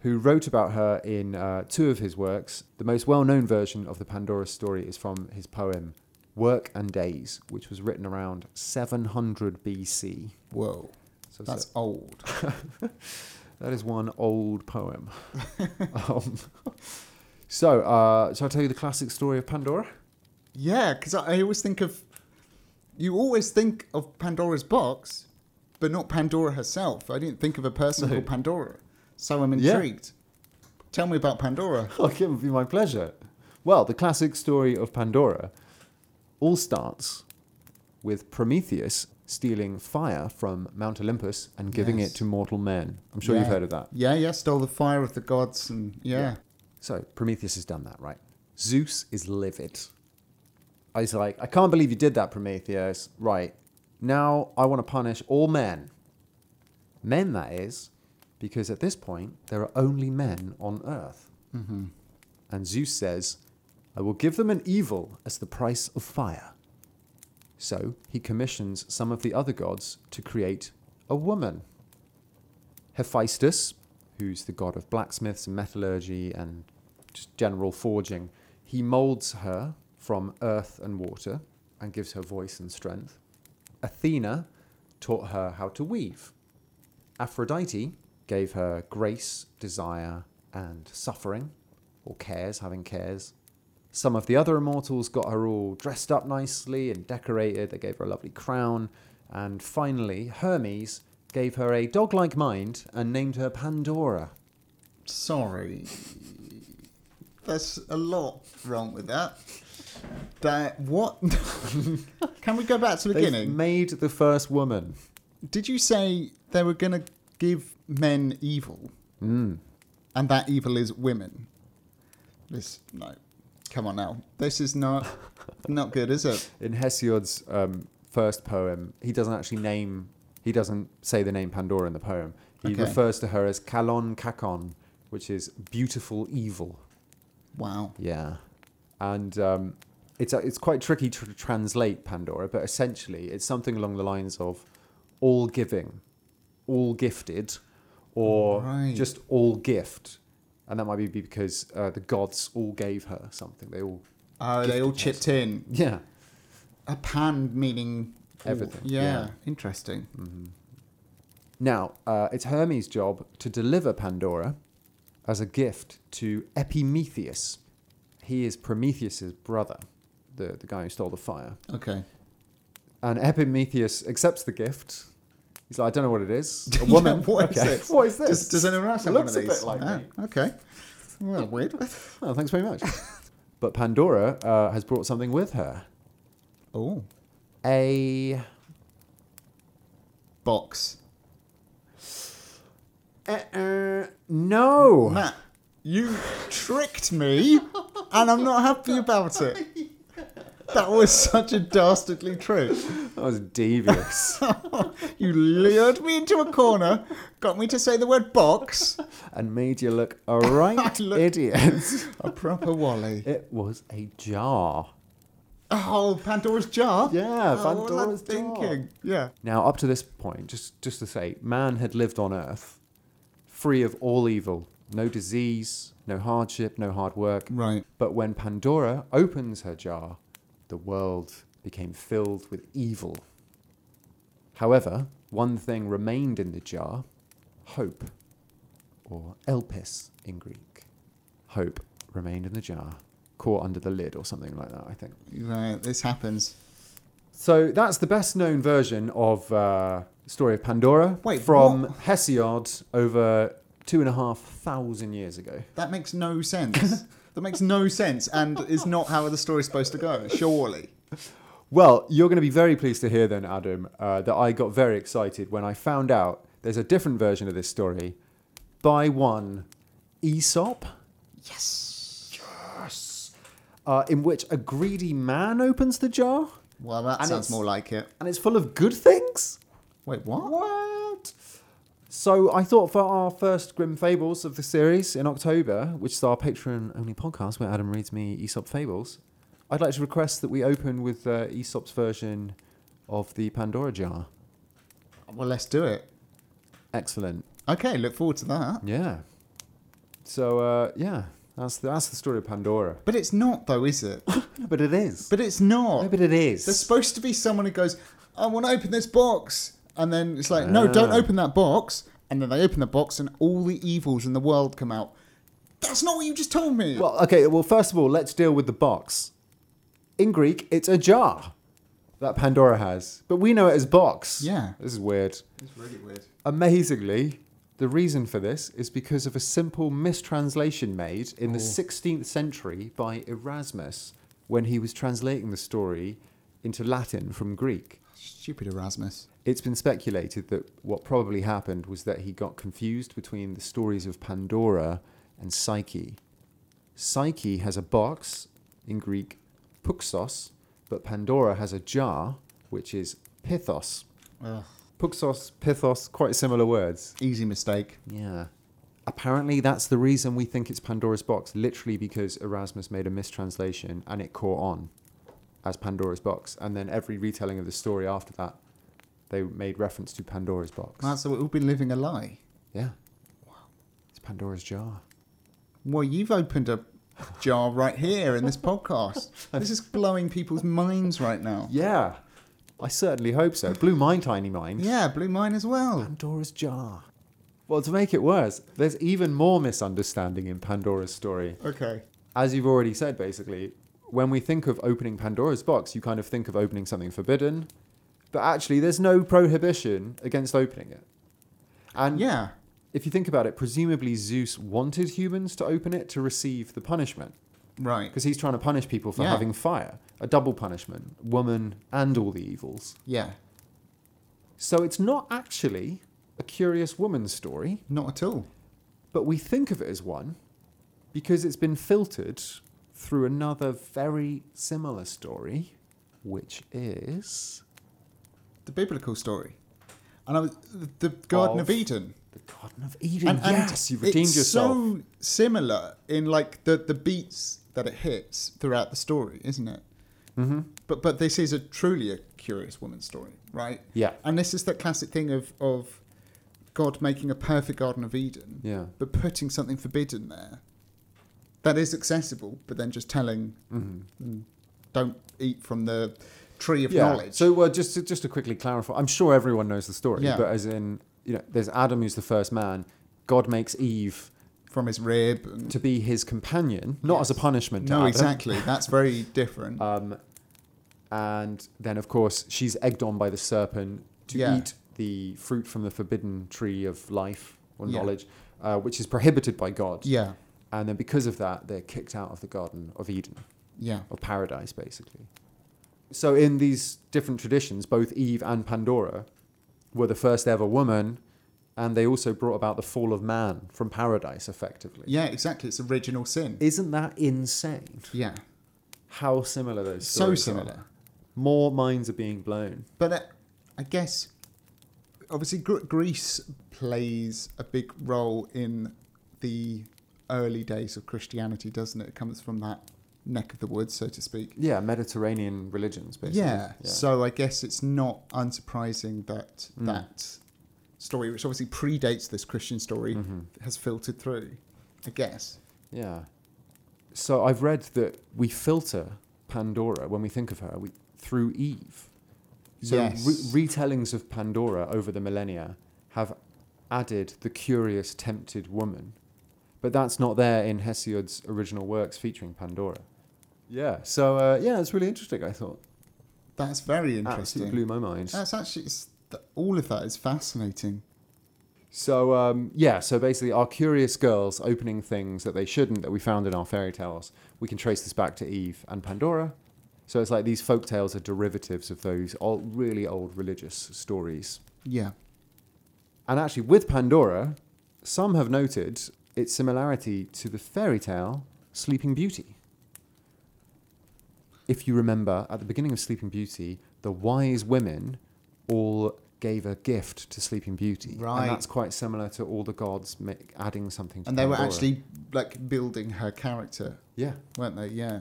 Speaker 1: who wrote about her in uh, two of his works. The most well known version of the Pandora story is from his poem Work and Days, which was written around 700 BC.
Speaker 2: Whoa.
Speaker 1: So it's
Speaker 2: That's old.
Speaker 1: that is one old poem. um, so, uh, shall I tell you the classic story of Pandora?
Speaker 2: Yeah, because I, I always think of. You always think of Pandora's box, but not Pandora herself. I didn't think of a person
Speaker 1: No.
Speaker 2: called Pandora. So I'm
Speaker 1: Yeah.
Speaker 2: intrigued. Tell me about Pandora.
Speaker 1: Oh, it would be my pleasure. Well, the classic story of Pandora all starts with Prometheus stealing fire from Mount Olympus and giving
Speaker 2: Yes.
Speaker 1: it to mortal men. I'm sure you've
Speaker 2: Yeah.
Speaker 1: heard of that.
Speaker 2: Yeah, yeah, stole the fire of the gods and yeah.
Speaker 1: So Prometheus has done that, right? Zeus is livid. I was like, I can't believe you did that, Prometheus. Right. Now I want to punish all men. Men, that is, because at this point there are only men on earth.
Speaker 2: Mm-hmm.
Speaker 1: And Zeus says, I will give them an evil as the price of fire. So he commissions some of the other gods to create a woman. Hephaestus, who's the god of blacksmiths and metallurgy and just general forging, he molds her from earth and water and gives her voice and strength. Athena taught her how to weave. Aphrodite gave her grace, desire, and suffering, or cares, having cares. Some of the other immortals got her all dressed up nicely and decorated. They gave her a lovely crown. And finally, Hermes gave her a dog like mind and named her Pandora.
Speaker 2: Sorry. There's a lot wrong with that. That what? Can we go back to the
Speaker 1: They've
Speaker 2: beginning?
Speaker 1: made the first woman.
Speaker 2: Did you say they were going to give men evil?
Speaker 1: Mm.
Speaker 2: and that evil is women. This no, come on now. This is not not good, is it?
Speaker 1: In Hesiod's um, first poem, he doesn't actually name, he doesn't say the name Pandora in the poem. He
Speaker 2: Okay.
Speaker 1: refers to her as Kalon Kakon, which is beautiful evil.
Speaker 2: Wow.
Speaker 1: Yeah, and um, it's uh, it's quite tricky to translate Pandora, but essentially it's something along the lines of all giving, all gifted, or
Speaker 2: Right.
Speaker 1: just all gift, and that might be because uh, the gods all gave her something. They all
Speaker 2: Oh, they all chipped in.
Speaker 1: yeah.
Speaker 2: A pan meaning all.
Speaker 1: Everything,
Speaker 2: Yeah.
Speaker 1: yeah.
Speaker 2: interesting.
Speaker 1: Mm-hmm. Now uh, it's Hermes' job to deliver Pandora as a gift to Epimetheus. He is Prometheus's brother, the the guy who stole the fire.
Speaker 2: Okay.
Speaker 1: And Epimetheus accepts the gift. He's like, I don't know what it is. A woman.
Speaker 2: Yeah, what is
Speaker 1: Okay.
Speaker 2: this?
Speaker 1: What is this?
Speaker 2: Does, does anyone else have
Speaker 1: Looks
Speaker 2: one of
Speaker 1: a
Speaker 2: these?
Speaker 1: bit like
Speaker 2: Ah,
Speaker 1: me.
Speaker 2: Okay. Well, weird.
Speaker 1: Oh, thanks very much. but Pandora uh, has brought something with her.
Speaker 2: Oh,
Speaker 1: A
Speaker 2: box.
Speaker 1: uh, uh, no.
Speaker 2: Matt, you tricked me, and I'm not happy about it. That was such a dastardly trick.
Speaker 1: That was devious.
Speaker 2: You lured me into a corner, got me to say the word box,
Speaker 1: and made you look a right
Speaker 2: looked-
Speaker 1: idiot.
Speaker 2: a proper Wally.
Speaker 1: It was a jar.
Speaker 2: Oh, Pandora's jar.
Speaker 1: Yeah,
Speaker 2: Oh, what was I
Speaker 1: Pandora's jar.
Speaker 2: thinking. Yeah.
Speaker 1: Now, up to this point, just just to say, man had lived on Earth, free of all evil, no disease, no hardship, no hard work.
Speaker 2: Right.
Speaker 1: But when Pandora opens her jar, the world became filled with evil. However, one thing remained in the jar hope, or elpis in Greek. Hope remained in the jar, caught under the lid or something like that, I think.
Speaker 2: Right. This happens.
Speaker 1: So that's the best known version of uh, Story of Pandora
Speaker 2: Wait,
Speaker 1: from
Speaker 2: what?
Speaker 1: Hesiod over two and a half thousand years ago.
Speaker 2: That makes no sense. that makes no sense and is not how the story's supposed to go, surely.
Speaker 1: Well, you're going to be very pleased to hear then, Adam, uh, that I got very excited when I found out there's a different version of this story by one Aesop.
Speaker 2: Yes.
Speaker 1: Yes. Uh, in which a greedy man opens the jar
Speaker 2: Well, that
Speaker 1: And
Speaker 2: sounds
Speaker 1: it's-
Speaker 2: more like it.
Speaker 1: and it's full of good things.
Speaker 2: Wait, what?
Speaker 1: What? So I thought for our first Grim Fables of the series in October, which is our Patreon-only podcast where Adam reads me Aesop Fables, I'd like to request that we open with uh, Aesop's version of the Pandora Jar.
Speaker 2: Well, let's do it.
Speaker 1: Excellent.
Speaker 2: Okay, look forward to that.
Speaker 1: Yeah. So uh, yeah, that's the, that's the story of Pandora.
Speaker 2: But it's not, though, is it?
Speaker 1: No, but it is.
Speaker 2: But it's not.
Speaker 1: no, but it is.
Speaker 2: There's supposed to be someone who goes, I want to open this box. And then it's like, no, don't
Speaker 1: Ah.
Speaker 2: open that box. And then they open the box and all the evils in the world come out. That's not what you just told me.
Speaker 1: Well, okay. Well, first of all, let's deal with the box. In Greek, it's a jar that Pandora has, but we know it as box.
Speaker 2: Yeah.
Speaker 1: This is weird.
Speaker 2: It's really weird.
Speaker 1: Amazingly, the reason for this is because of a simple mistranslation made in the 16th century by Erasmus when he was translating the story into Latin from Greek.
Speaker 2: Stupid Erasmus.
Speaker 1: It's been speculated that what probably happened was that he got confused between the stories of Pandora and Psyche. Psyche has a box, in Greek, puxos, but Pandora has a jar, which is pithos.
Speaker 2: Ugh.
Speaker 1: Puxos, pithos, quite similar words.
Speaker 2: Easy mistake.
Speaker 1: Yeah. Apparently, that's the reason we think it's Pandora's box, literally because Erasmus made a mistranslation and it caught on as Pandora's box. And then every retelling of the story after that, they made reference to Pandora's box.
Speaker 2: That's so we've been living a lie.
Speaker 1: yeah. It's Pandora's jar.
Speaker 2: Well, you've opened a jar right here in this podcast. This is blowing people's minds right now.
Speaker 1: Yeah. I certainly hope so. Blew my tiny mind.
Speaker 2: Yeah, blew mine as well.
Speaker 1: Pandora's jar. Well, to make it worse, there's even more misunderstanding in Pandora's story.
Speaker 2: Okay.
Speaker 1: as you've already said, basically, when we think of opening Pandora's box, you kind of think of opening something forbidden, but actually, there's no prohibition against opening it. And
Speaker 2: Yeah.
Speaker 1: if you think about it, presumably Zeus wanted humans to open it to receive the punishment
Speaker 2: Right.
Speaker 1: because he's trying to punish people for
Speaker 2: Yeah.
Speaker 1: having fire, a double punishment, woman and all the evils.
Speaker 2: Yeah.
Speaker 1: So it's not actually a curious woman story.
Speaker 2: Not at all.
Speaker 1: But we think of it as one because it's been filtered through another very similar story, which is
Speaker 2: the biblical story, and I was the Garden of,
Speaker 1: Of
Speaker 2: Eden.
Speaker 1: the Garden of Eden. yes, you
Speaker 2: it's
Speaker 1: redeemed yourself.
Speaker 2: So similar in like the the beats that it hits throughout the story, isn't it?
Speaker 1: Mm-hmm.
Speaker 2: But but this is a truly a curious woman's story, right?
Speaker 1: Yeah,
Speaker 2: And this is that classic thing of of God making a perfect Garden of Eden,
Speaker 1: yeah,
Speaker 2: but putting something forbidden there that is accessible, but then just telling
Speaker 1: mm-hmm.
Speaker 2: them, don't eat from the tree of
Speaker 1: yeah.
Speaker 2: knowledge.
Speaker 1: So uh, just to, just to quickly clarify, I'm sure everyone knows the story,
Speaker 2: Yeah.
Speaker 1: but as in, you know, there's Adam who's the first man. God makes Eve
Speaker 2: from his rib. And,
Speaker 1: to be his companion, not as a
Speaker 2: Yes.
Speaker 1: punishment. To
Speaker 2: no,
Speaker 1: Adam.
Speaker 2: exactly. That's very different.
Speaker 1: Um, and then, of course, she's egged on by the serpent to
Speaker 2: Yeah.
Speaker 1: eat the fruit from the forbidden tree of life or
Speaker 2: Yeah.
Speaker 1: knowledge, uh, which is prohibited by God.
Speaker 2: yeah.
Speaker 1: And then, because of that, they're kicked out of the Garden of Eden,
Speaker 2: Yeah.
Speaker 1: of paradise, basically. So, in these different traditions, both Eve and Pandora were the first ever woman, and they also brought about the fall of man from paradise, effectively.
Speaker 2: Yeah, exactly. It's original sin.
Speaker 1: Isn't that insane?
Speaker 2: yeah.
Speaker 1: how similar those
Speaker 2: so
Speaker 1: stories are.
Speaker 2: similar.
Speaker 1: More minds are being blown.
Speaker 2: But uh, I guess, obviously, Gr- Greece plays a big role in the early days of Christianity, doesn't it? It comes from that neck of the woods, so to speak.
Speaker 1: Yeah, Mediterranean religions, basically.
Speaker 2: Yeah. So I guess it's not unsurprising that
Speaker 1: Mm.
Speaker 2: that story, which obviously predates this Christian story,
Speaker 1: Mhm.
Speaker 2: has filtered through. I guess.
Speaker 1: Yeah. So I've read that we filter Pandora when we think of her we, through Eve. So
Speaker 2: Yes.
Speaker 1: re- retellings of Pandora over the millennia have added the curious, tempted woman, but that's not there in Hesiod's original works featuring Pandora. Yeah. So uh, yeah, it's really interesting. I thought
Speaker 2: That's very interesting.
Speaker 1: absolutely blew my mind.
Speaker 2: That's actually it's, th- all of that is fascinating.
Speaker 1: So um, yeah, so basically, our curious girls opening things that they shouldn't that we found in our fairy tales. We can trace this back to Eve and Pandora. So it's like these folk tales are derivatives of those old, really old religious stories.
Speaker 2: Yeah.
Speaker 1: And actually, with Pandora, some have noted its similarity to the fairy tale Sleeping Beauty. If you remember, at the beginning of Sleeping Beauty, the wise women all gave a gift to Sleeping Beauty.
Speaker 2: Right.
Speaker 1: And that's quite similar to all the gods ma- adding something to
Speaker 2: And they were
Speaker 1: Pandora.
Speaker 2: actually like building her character,
Speaker 1: Yeah.
Speaker 2: weren't they? Yeah.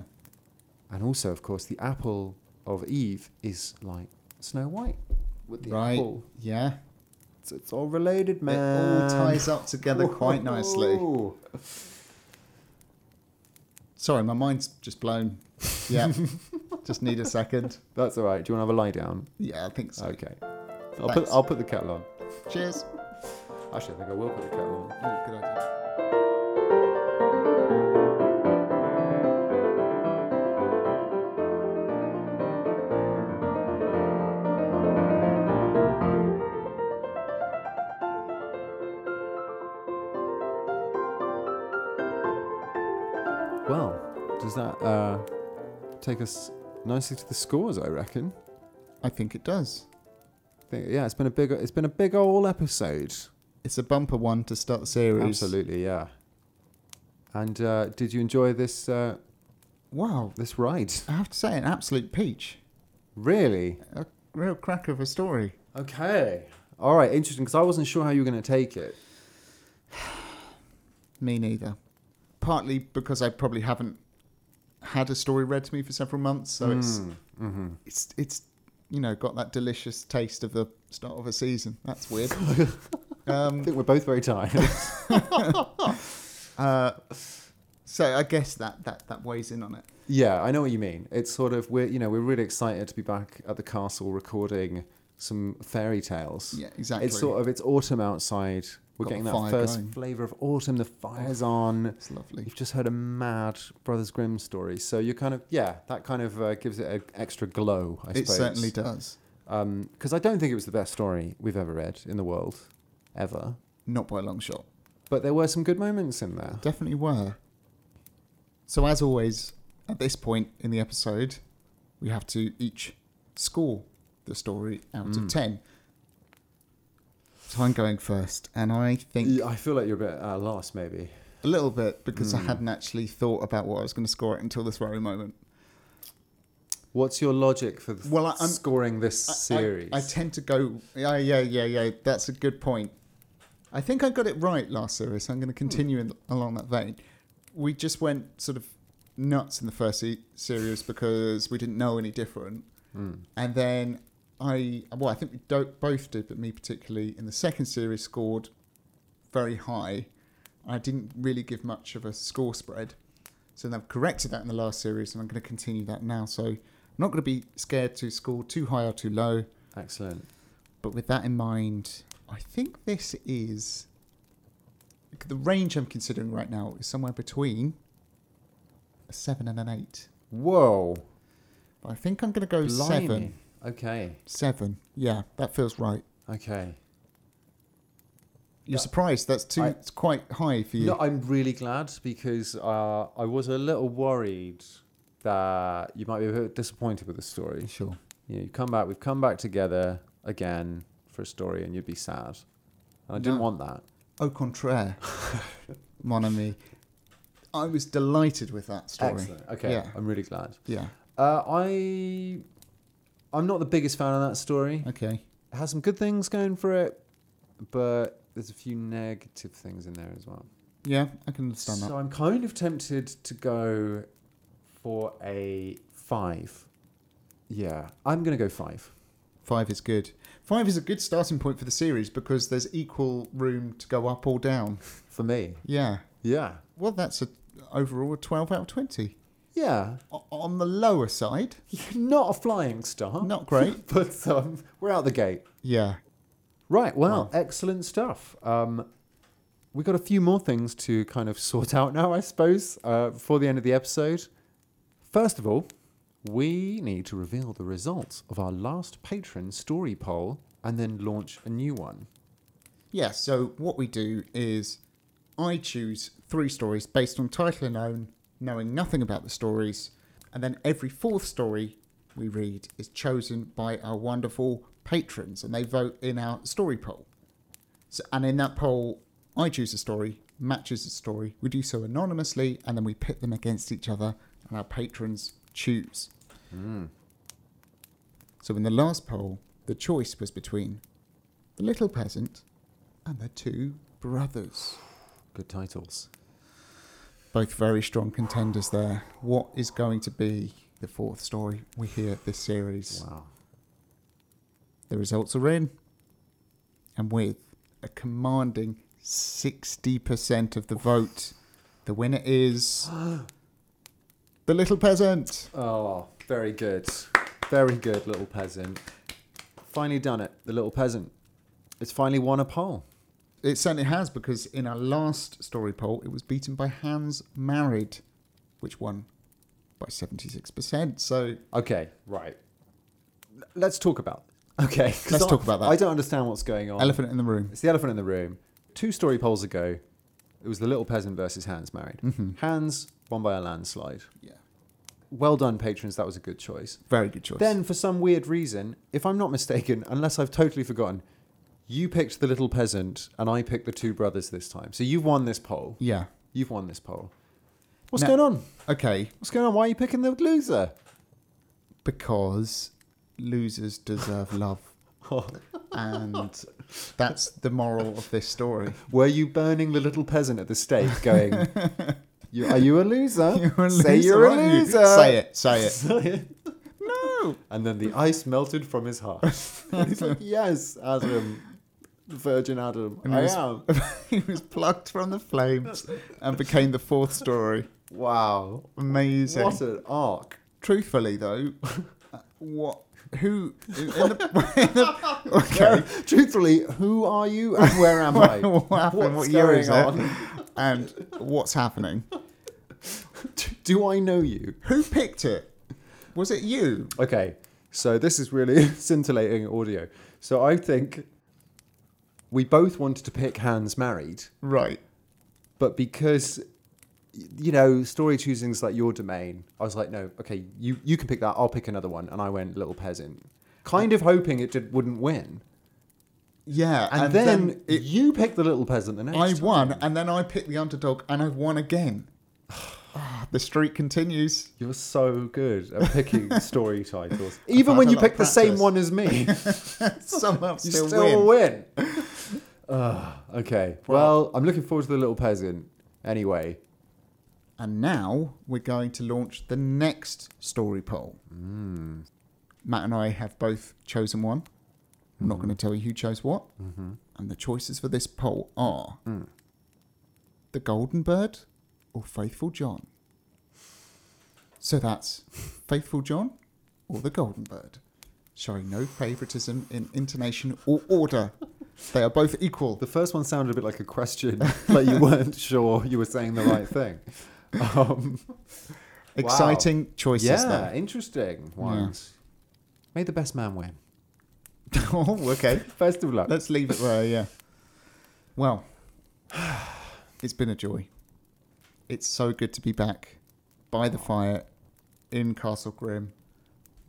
Speaker 1: And also, of course, the apple of Eve is like Snow White with the
Speaker 2: Right.
Speaker 1: apple.
Speaker 2: Yeah.
Speaker 1: It's, it's all related, man.
Speaker 2: It all ties up together quite nicely.
Speaker 1: Whoa.
Speaker 2: Sorry, my mind's just blown. Yeah. just need a second.
Speaker 1: That's all right. Do you want to have a lie down?
Speaker 2: Yeah, I think so.
Speaker 1: Okay. I'll put,
Speaker 2: Thanks.
Speaker 1: I'll put the kettle on.
Speaker 2: Cheers.
Speaker 1: Actually, I think I will put the kettle on.
Speaker 2: Ooh, good idea.
Speaker 1: Well, does that uh, take us nicely to the scores? I reckon.
Speaker 2: I think it does.
Speaker 1: I think, yeah, it's been a big it's been a big old episode.
Speaker 2: It's a bumper one to start the series.
Speaker 1: Absolutely, yeah. And uh, did you enjoy this uh,
Speaker 2: Wow.
Speaker 1: this ride?
Speaker 2: I have to say, an absolute peach.
Speaker 1: Really?
Speaker 2: A real crack of a story.
Speaker 1: Okay. All right, interesting. Because I wasn't sure how you were going to take it.
Speaker 2: Me neither. Partly because I probably haven't had a story read to me for several months, so it's
Speaker 1: hmm
Speaker 2: it's it's you know got that delicious taste of the start of a season. That's weird.
Speaker 1: I
Speaker 2: um,
Speaker 1: think we're both very tired.
Speaker 2: uh, so I guess that that that weighs in on it.
Speaker 1: Yeah, I know what you mean. It's sort of we're you know we're really excited to be back at the castle recording some fairy tales.
Speaker 2: Yeah, exactly.
Speaker 1: It's sort of it's autumn outside. We're
Speaker 2: Got
Speaker 1: getting
Speaker 2: the
Speaker 1: that
Speaker 2: fire
Speaker 1: first
Speaker 2: going.
Speaker 1: flavour of autumn. The fire's on.
Speaker 2: it's lovely.
Speaker 1: You've just heard a mad Brothers Grimm story, so you're kind of yeah that kind of uh, gives it an extra glow. I
Speaker 2: It
Speaker 1: suppose
Speaker 2: certainly does.
Speaker 1: because I don't think it was the best story we've ever read in the world, ever.
Speaker 2: Not by a long shot.
Speaker 1: But there were some good moments in there.
Speaker 2: Definitely were. So as always, at this point in the episode, we have to each score the story out of
Speaker 1: Mm.
Speaker 2: ten. So I'm going first, and I think
Speaker 1: Yeah, I feel like you're a bit uh, lost, maybe.
Speaker 2: A little bit because I
Speaker 1: Mm.
Speaker 2: hadn't actually thought about what I was going to score it until this very moment.
Speaker 1: What's your logic for the
Speaker 2: Well, I- I'm-
Speaker 1: scoring this
Speaker 2: I- I-
Speaker 1: series?
Speaker 2: I, tend to go. Yeah, yeah, yeah, yeah. That's a good point. I think I got it right last series. I'm going to continue in, along that vein. We just went sort of nuts in the first se- series because we didn't know any different,
Speaker 1: Mm.
Speaker 2: and then I well, I think we do- both did, but me particularly in the second series scored very high. I didn't really give much of a score spread. So then I've corrected that in the last series, and I'm going to continue that now. So I'm not going to be scared to score too high or too low.
Speaker 1: Excellent.
Speaker 2: But with that in mind, I think this is the range I'm considering right now is somewhere between a seven and an eight.
Speaker 1: Whoa.
Speaker 2: But I think I'm going to go seven.
Speaker 1: Okay.
Speaker 2: Seven. Yeah, that feels right.
Speaker 1: Okay.
Speaker 2: You're
Speaker 1: Yeah.
Speaker 2: surprised? That's too.
Speaker 1: I-
Speaker 2: it's quite high for you.
Speaker 1: No, I'm really glad because uh, I was a little worried that you might be a bit disappointed with the story.
Speaker 2: sure.
Speaker 1: You know, you come back, we've come back together again for a story, and you'd be sad. And I didn't
Speaker 2: No.
Speaker 1: want that.
Speaker 2: Au contraire, mon ami. I was delighted with that story.
Speaker 1: Excellent. Okay,
Speaker 2: Yeah.
Speaker 1: I'm really glad.
Speaker 2: Yeah.
Speaker 1: Uh, I, I'm not the biggest fan of that story.
Speaker 2: Okay.
Speaker 1: It has some good things going for it, but there's a few negative things in there as well.
Speaker 2: Yeah, I can understand
Speaker 1: So I'm kind of tempted to go for a five. Yeah, I'm gonna go five.
Speaker 2: that. Five is good. Five is a good starting point for the series because there's equal room to go up or down.
Speaker 1: For me.
Speaker 2: Yeah.
Speaker 1: Yeah.
Speaker 2: Well, that's a overall a 12 out of 20.
Speaker 1: Yeah.
Speaker 2: O- on the lower side,
Speaker 1: Not a flying star.
Speaker 2: not great.
Speaker 1: But um, we're out the gate.
Speaker 2: Yeah.
Speaker 1: Right. Well,
Speaker 2: Wow.
Speaker 1: excellent stuff. Um, we got a few more things to kind of sort out now, I suppose, uh, before the end of the episode. First of all, we need to reveal the results of our last patron story poll and then launch a new one.
Speaker 2: Yeah, so what we do is I choose three stories based on title alone, knowing nothing about the stories, and then every fourth story we read is chosen by our wonderful patrons, and they vote in our story poll. So, and in that poll, I choose a story, matches a story, we do so anonymously, and then we pit them against each other, and our patrons choose. So in the last poll, the choice was between the Little Peasant and the Two Brothers.
Speaker 1: Good titles.
Speaker 2: Both very strong contenders there. What is going to be the fourth story we hear this series?
Speaker 1: Wow.
Speaker 2: The results are in, and with a commanding 60% of the vote, the winner is. The Little Peasant!
Speaker 1: Oh, very good. Very good, little peasant. Finally done it, the little peasant. It's finally won a poll.
Speaker 2: It certainly has, because in our last story poll, it was beaten by Hans Married, which won by 76%. So
Speaker 1: Okay, right. L- Let's talk about. Okay, 'cause
Speaker 2: Let's
Speaker 1: I-
Speaker 2: talk about that.
Speaker 1: I don't understand what's going on.
Speaker 2: Elephant in the room.
Speaker 1: It's the elephant in the room. Two story polls ago, it was the little peasant versus Hans married.
Speaker 2: Mm-hmm.
Speaker 1: Hans won by a landslide.
Speaker 2: Yeah.
Speaker 1: Well done, patrons. That was a good choice.
Speaker 2: Very good choice.
Speaker 1: Then, for some weird reason, if I'm not mistaken, unless I've totally forgotten, you picked the little peasant and I picked the two brothers this time. So you've won this poll.
Speaker 2: yeah.
Speaker 1: You've won this poll. What's
Speaker 2: Now-
Speaker 1: going on?
Speaker 2: Okay.
Speaker 1: What's going on? Why are you picking the loser?
Speaker 2: Because losers deserve love. and that's the moral of this story.
Speaker 1: Were you burning the little peasant at the stake, going, you, Are you a loser?
Speaker 2: You're a
Speaker 1: Say
Speaker 2: loser,
Speaker 1: you're a
Speaker 2: aren't you?
Speaker 1: loser.
Speaker 2: Say it. Say it.
Speaker 1: no. And then the ice melted from his heart. And he's like, Yes, Adam, Virgin Adam,
Speaker 2: And he
Speaker 1: I
Speaker 2: was-
Speaker 1: am.
Speaker 2: he was plucked from the flames and became the fourth story.
Speaker 1: Wow.
Speaker 2: Amazing.
Speaker 1: What an arc.
Speaker 2: Truthfully, though, uh, what? Who? In the, in the, okay.
Speaker 1: Truthfully, who are you and where am I?
Speaker 2: what happened?
Speaker 1: What's
Speaker 2: what year
Speaker 1: going
Speaker 2: is it?
Speaker 1: on?
Speaker 2: And what's happening?
Speaker 1: Do I know you?
Speaker 2: Who picked it? Was it you?
Speaker 1: Okay, so this is really scintillating audio. So I think we both wanted to pick Hans married,
Speaker 2: Right.
Speaker 1: but because y- you know story choosing's like your domain, I was like, no, okay, you you can pick that. I'll pick another one, and I went little peasant, kind of hoping it did, wouldn't win.
Speaker 2: Yeah,
Speaker 1: And, then, you picked the little peasant the next.
Speaker 2: I
Speaker 1: time.
Speaker 2: won, and then I picked the underdog, and I won again. Ah, the streak continues.
Speaker 1: You're so good at picking story titles, even
Speaker 2: I've
Speaker 1: when
Speaker 2: had
Speaker 1: you
Speaker 2: a lot of
Speaker 1: pick the same
Speaker 2: practice.
Speaker 1: one as me.
Speaker 2: Somehow
Speaker 1: You
Speaker 2: still,
Speaker 1: still,
Speaker 2: win.
Speaker 1: win. Ah, okay. Well, I'm looking forward to the little peasant. Anyway,
Speaker 2: And now we're going to launch the next story poll. Matt and I have both chosen one. I'm not going to tell you who chose what. And the choices for this poll are The Golden Bird or Faithful John. So that's Faithful John or The Golden Bird. Showing no favouritism in intonation or order. They are both equal.
Speaker 1: the first one sounded a bit like a question, like you weren't sure you were saying the right thing. Um,
Speaker 2: Exciting choices
Speaker 1: yeah,
Speaker 2: there.
Speaker 1: interesting ones. May the best man win.
Speaker 2: oh, okay.
Speaker 1: Best of luck.
Speaker 2: Let's leave it there, yeah. Well, it's been a joy. It's so good to be back by the fire in Castle Grim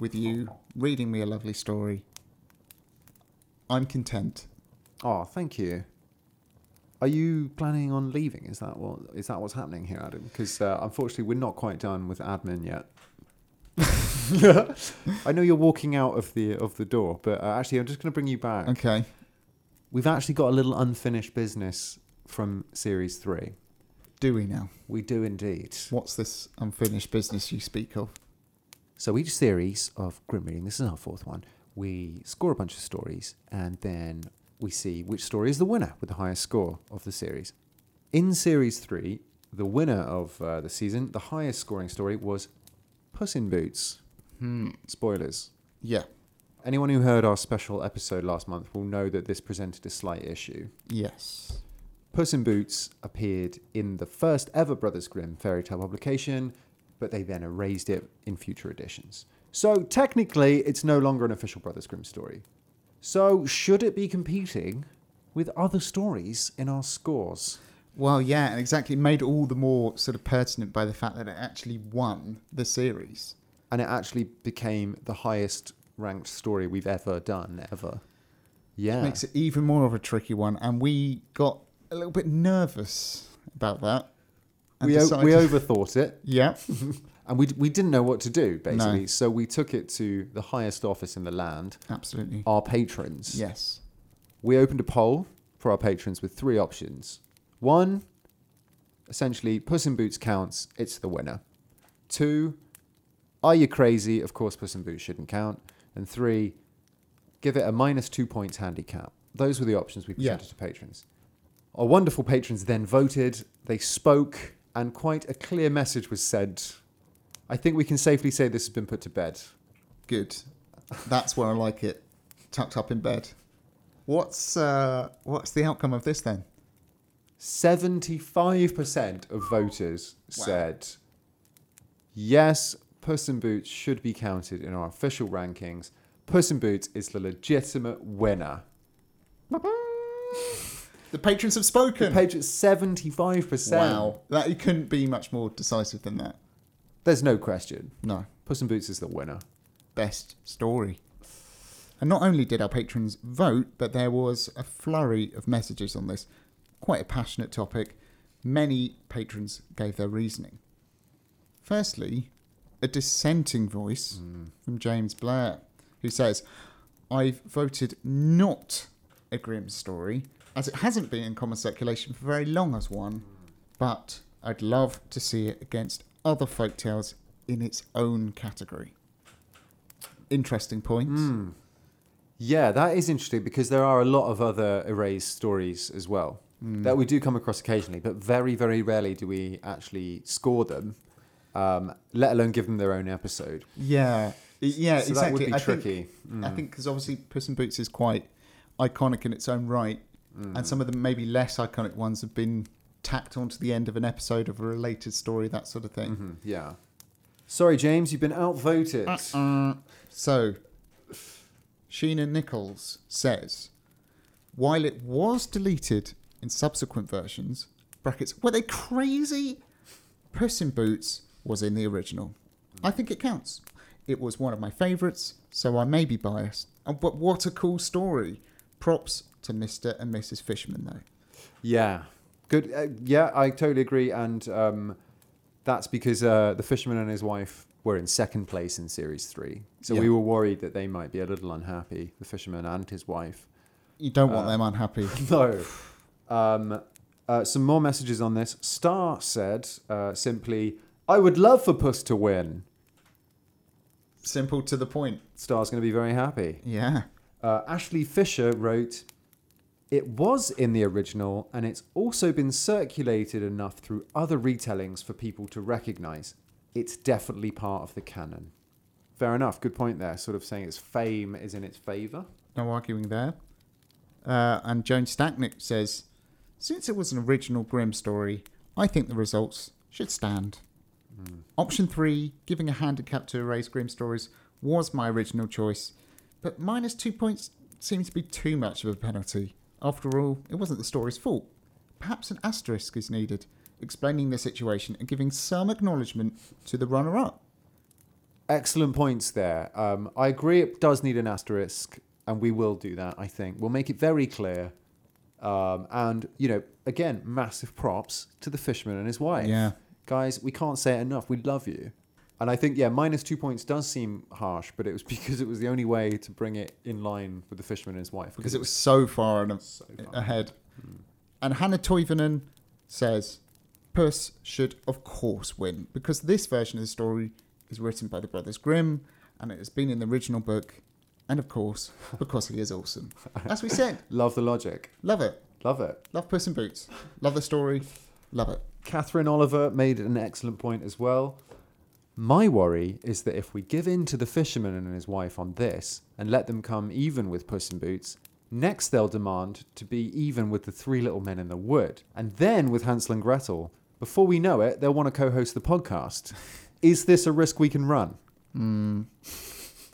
Speaker 2: with you, reading me a lovely story. I'm content.
Speaker 1: Oh, thank you. Are you planning on leaving? Is that what is that what's happening here, Adam? Because uh, unfortunately, we're not quite done with admin yet. I know you're walking out of the of the door, but uh, actually, I'm just going to bring you back.
Speaker 2: Okay.
Speaker 1: We've actually got a little unfinished business from series three.
Speaker 2: Do we now?
Speaker 1: We do indeed.
Speaker 2: What's this unfinished business you speak of?
Speaker 1: So each series of Grim Reading, this is our fourth one, we score a bunch of stories and then we see which story is the winner with the highest score of the series. In series three, the winner of uh, the season, the highest scoring story was Puss in Boots.
Speaker 2: Hmm.
Speaker 1: Spoilers.
Speaker 2: Yeah.
Speaker 1: Anyone who heard our special episode last month will know that this presented a slight issue.
Speaker 2: Yes.
Speaker 1: Puss in Boots appeared in the first ever Brothers Grimm fairy tale publication, but they then erased it in future editions. So technically, it's no longer an official Brothers Grimm story. So should it be competing with other stories in our scores?
Speaker 2: Well, yeah, and exactly made all the more sort of pertinent by the fact that it actually won the series.
Speaker 1: And it actually became the highest ranked story we've ever done, ever. Yeah.
Speaker 2: Makes it even more of a tricky one, and we got a little bit nervous about that. and
Speaker 1: we, o- we
Speaker 2: decided-
Speaker 1: overthought it.
Speaker 2: yeah,
Speaker 1: And we, d- we didn't know what to do,
Speaker 2: No.
Speaker 1: basically. So we took it to the highest office in the land,
Speaker 2: absolutely.
Speaker 1: our patrons.
Speaker 2: Yes.
Speaker 1: we opened a poll for our patrons with three options. One, essentially, Puss in Boots counts, it's the winner. Two, are you crazy? Of course, Puss in Boots shouldn't count. And three, give it a minus two points handicap. Those were the options we
Speaker 2: Yeah.
Speaker 1: presented to patrons. Our wonderful patrons then voted, they spoke, and quite a clear message was said. I think we can safely say this has been put to bed.
Speaker 2: Good. That's where I like it. Tucked up in bed. What's uh, what's the outcome of this then?
Speaker 1: 75% of voters
Speaker 2: Wow.
Speaker 1: said yes, Puss in Boots should be counted in our official rankings. Puss in Boots is the legitimate winner.
Speaker 2: The patrons have
Speaker 1: The
Speaker 2: spoken.
Speaker 1: page at 75%.
Speaker 2: wow, that you couldn't be much more decisive than that.
Speaker 1: There's no question.
Speaker 2: No,
Speaker 1: Puss in Boots is the winner.
Speaker 2: best story. And not only did our patrons vote, but there was a flurry of messages on this. Quite a passionate topic. Many patrons gave their reasoning. Firstly, a dissenting voice from James Blair, who says, I've voted not a grim story, as it hasn't been in common circulation for very long as one, but I'd love to see it against other folktales in its own category. Interesting point.
Speaker 1: Hmm. Yeah, that is interesting because there are a lot of other erased stories as well
Speaker 2: Hmm.
Speaker 1: that we do come across occasionally, but very, very rarely do we actually score them, um, let alone give them their own episode.
Speaker 2: Yeah, I- yeah,
Speaker 1: So that would
Speaker 2: exactly.
Speaker 1: be
Speaker 2: I
Speaker 1: tricky. Hmm.
Speaker 2: Think, I think because obviously Puss in Boots is quite iconic in its own right,
Speaker 1: Hmm.
Speaker 2: and some of the maybe less iconic ones have been tacked onto the end of an episode of a related story, that sort of thing.
Speaker 1: Mhm, Yeah. Uh-uh. Sorry, James, you've been outvoted.
Speaker 2: Uh, so, Sheena Nichols says, while it was deleted in subsequent versions, brackets, were they crazy? Puss in Boots was in the original. I think it counts. It was one of my favourites, so I may be biased. Oh, But what a cool story. Props to Mr. and Mrs. Fishman, though.
Speaker 1: Yeah. Good. Uh, yeah, I totally agree. And um, that's because uh, the fisherman and his wife were in second place in series three. So
Speaker 2: Yeah.
Speaker 1: we were worried that they might be a little unhappy, the fisherman and his wife.
Speaker 2: You don't want
Speaker 1: Uh,
Speaker 2: them unhappy.
Speaker 1: No. Um, uh, some more messages on this. Star said uh, simply, I would love for Puss to win.
Speaker 2: Simple to the point.
Speaker 1: Star's going to be very happy.
Speaker 2: Yeah.
Speaker 1: Uh, Ashley Fisher wrote, It was in the original, and it's also been circulated enough through other retellings for people to recognize. It's definitely part of the canon. Fair enough. Good point there. Sort of saying its fame is in its favor.
Speaker 2: No arguing there. Uh, and Joan Stacknick says, since it was an original Grimm story, I think the results should stand. Option three, giving a handicap to erase Grimm stories, was my original choice, but minus two points seems to be too much of a penalty. After all, it wasn't the story's fault. Perhaps an asterisk is needed, explaining the situation and giving some acknowledgement to the runner up.
Speaker 1: Excellent points there. Um, I agree it does need an asterisk, and we will do that, I think. We'll make it very clear Um, and, you know, again, massive props to the fisherman and his wife.
Speaker 2: Yeah.
Speaker 1: Guys, we can't say it enough. We love you. And I think, yeah, minus two points does seem harsh, but it was because it was the only way to bring it in line with the fisherman and his wife.
Speaker 2: because it was so far and
Speaker 1: far.
Speaker 2: ahead. And Hannah Toivonen says, Puss should, of course, win because this version of the story is written by the Brothers Grimm and it has been in the original book. And of course, because he is awesome. As we said,
Speaker 1: Love the logic.
Speaker 2: love it.
Speaker 1: Love it.
Speaker 2: Love Puss in Boots. Love the story. Love it.
Speaker 1: Catherine Oliver made an excellent point as well. My worry is that if we give in to the fisherman and his wife on this and let them come even with Puss in Boots, next they'll demand to be even with the three little men in the wood, and then with Hansel and Gretel. Before we know it, they'll want to co host the podcast. Is this a risk we can run? I-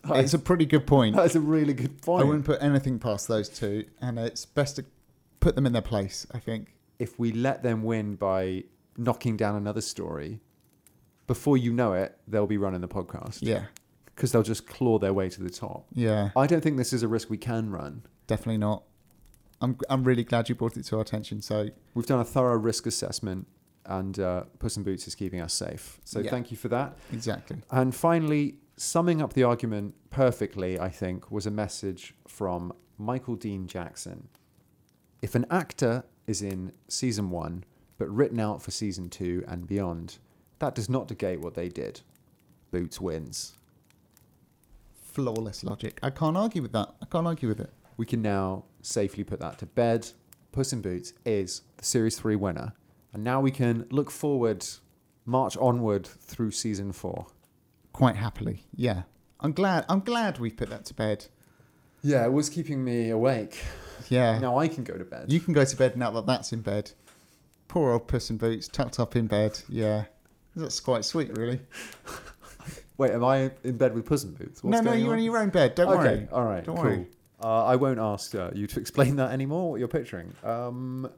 Speaker 2: Hmm. It's a pretty good point.
Speaker 1: That's a really good
Speaker 2: I
Speaker 1: point.
Speaker 2: wouldn't put anything past those two, and it's best to put them in their place, I think.
Speaker 1: if we let them win by knocking down another story, before you know it, they'll be running the podcast
Speaker 2: Yeah.
Speaker 1: because they'll just claw their way to the top.
Speaker 2: Yeah.
Speaker 1: I don't think this is a risk we can run.
Speaker 2: Definitely not. I'm I'm really glad you brought it to our attention. So
Speaker 1: We've done a thorough risk assessment, and uh, Puss in Boots is keeping us safe. So
Speaker 2: Yeah.
Speaker 1: thank you for that.
Speaker 2: exactly.
Speaker 1: And finally, summing up the argument perfectly, I think, was a message from Michael Dean Jackson. If an actor is in season one, but written out for season two and beyond, that does not negate what they did. Boots wins.
Speaker 2: Flawless logic. I can't argue with that. I can't argue with it.
Speaker 1: We can now safely put that to bed. Puss in Boots is the Series 3 winner. And now we can look forward, march onward through season four.
Speaker 2: Quite happily. Yeah. I'm glad I'm glad we've put that to bed.
Speaker 1: Yeah, it was keeping me awake.
Speaker 2: Yeah.
Speaker 1: Now I can go to bed.
Speaker 2: You can go to bed now that that's in bed. Poor old Puss in Boots tucked up in bed. Yeah. That's quite sweet, really.
Speaker 1: Wait, am I in bed with Puss in Boots?
Speaker 2: no, no, you're in your own bed. Don't worry.
Speaker 1: All right,
Speaker 2: Don't
Speaker 1: cool.
Speaker 2: worry.
Speaker 1: Uh, I won't ask uh, you to explain that anymore. What you're picturing. Um,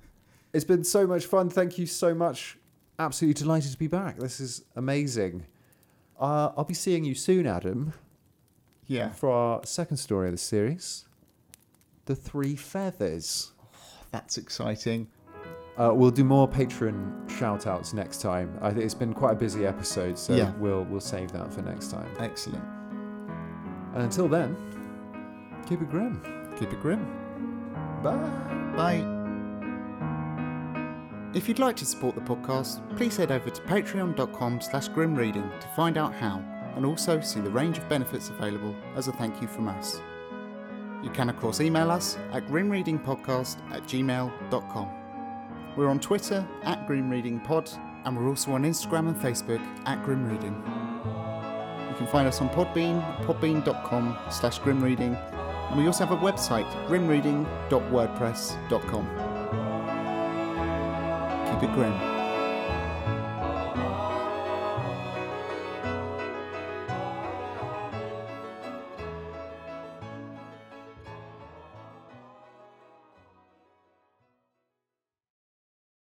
Speaker 1: it's been so much fun. Thank you so much. Absolutely delighted to be back. This is amazing. Uh, I'll be seeing you soon, Adam,
Speaker 2: Yeah.
Speaker 1: for our second story of the series, "The Three Feathers."
Speaker 2: Oh, That's exciting.
Speaker 1: Uh, we'll do more patron shout outs next time. I think it's been quite a busy episode, so
Speaker 2: Yeah.
Speaker 1: we'll we'll save that for next time.
Speaker 2: Excellent.
Speaker 1: And until then, keep it grim.
Speaker 2: Keep it grim.
Speaker 1: Bye.
Speaker 2: Bye. If you'd like to support the podcast, please head over to patreon.com slash grimreading to find out how, and also see the range of benefits available as a thank you from us. You can of course email us at grimreadingpodcast at gmail.com. We're on Twitter at grimreadingpod, and we're also on Instagram and Facebook at grimreading. You can find us on Podbean, podbean.com slash grimreading, and we also have a website, grimreading.wordpress.com. Keep it grim.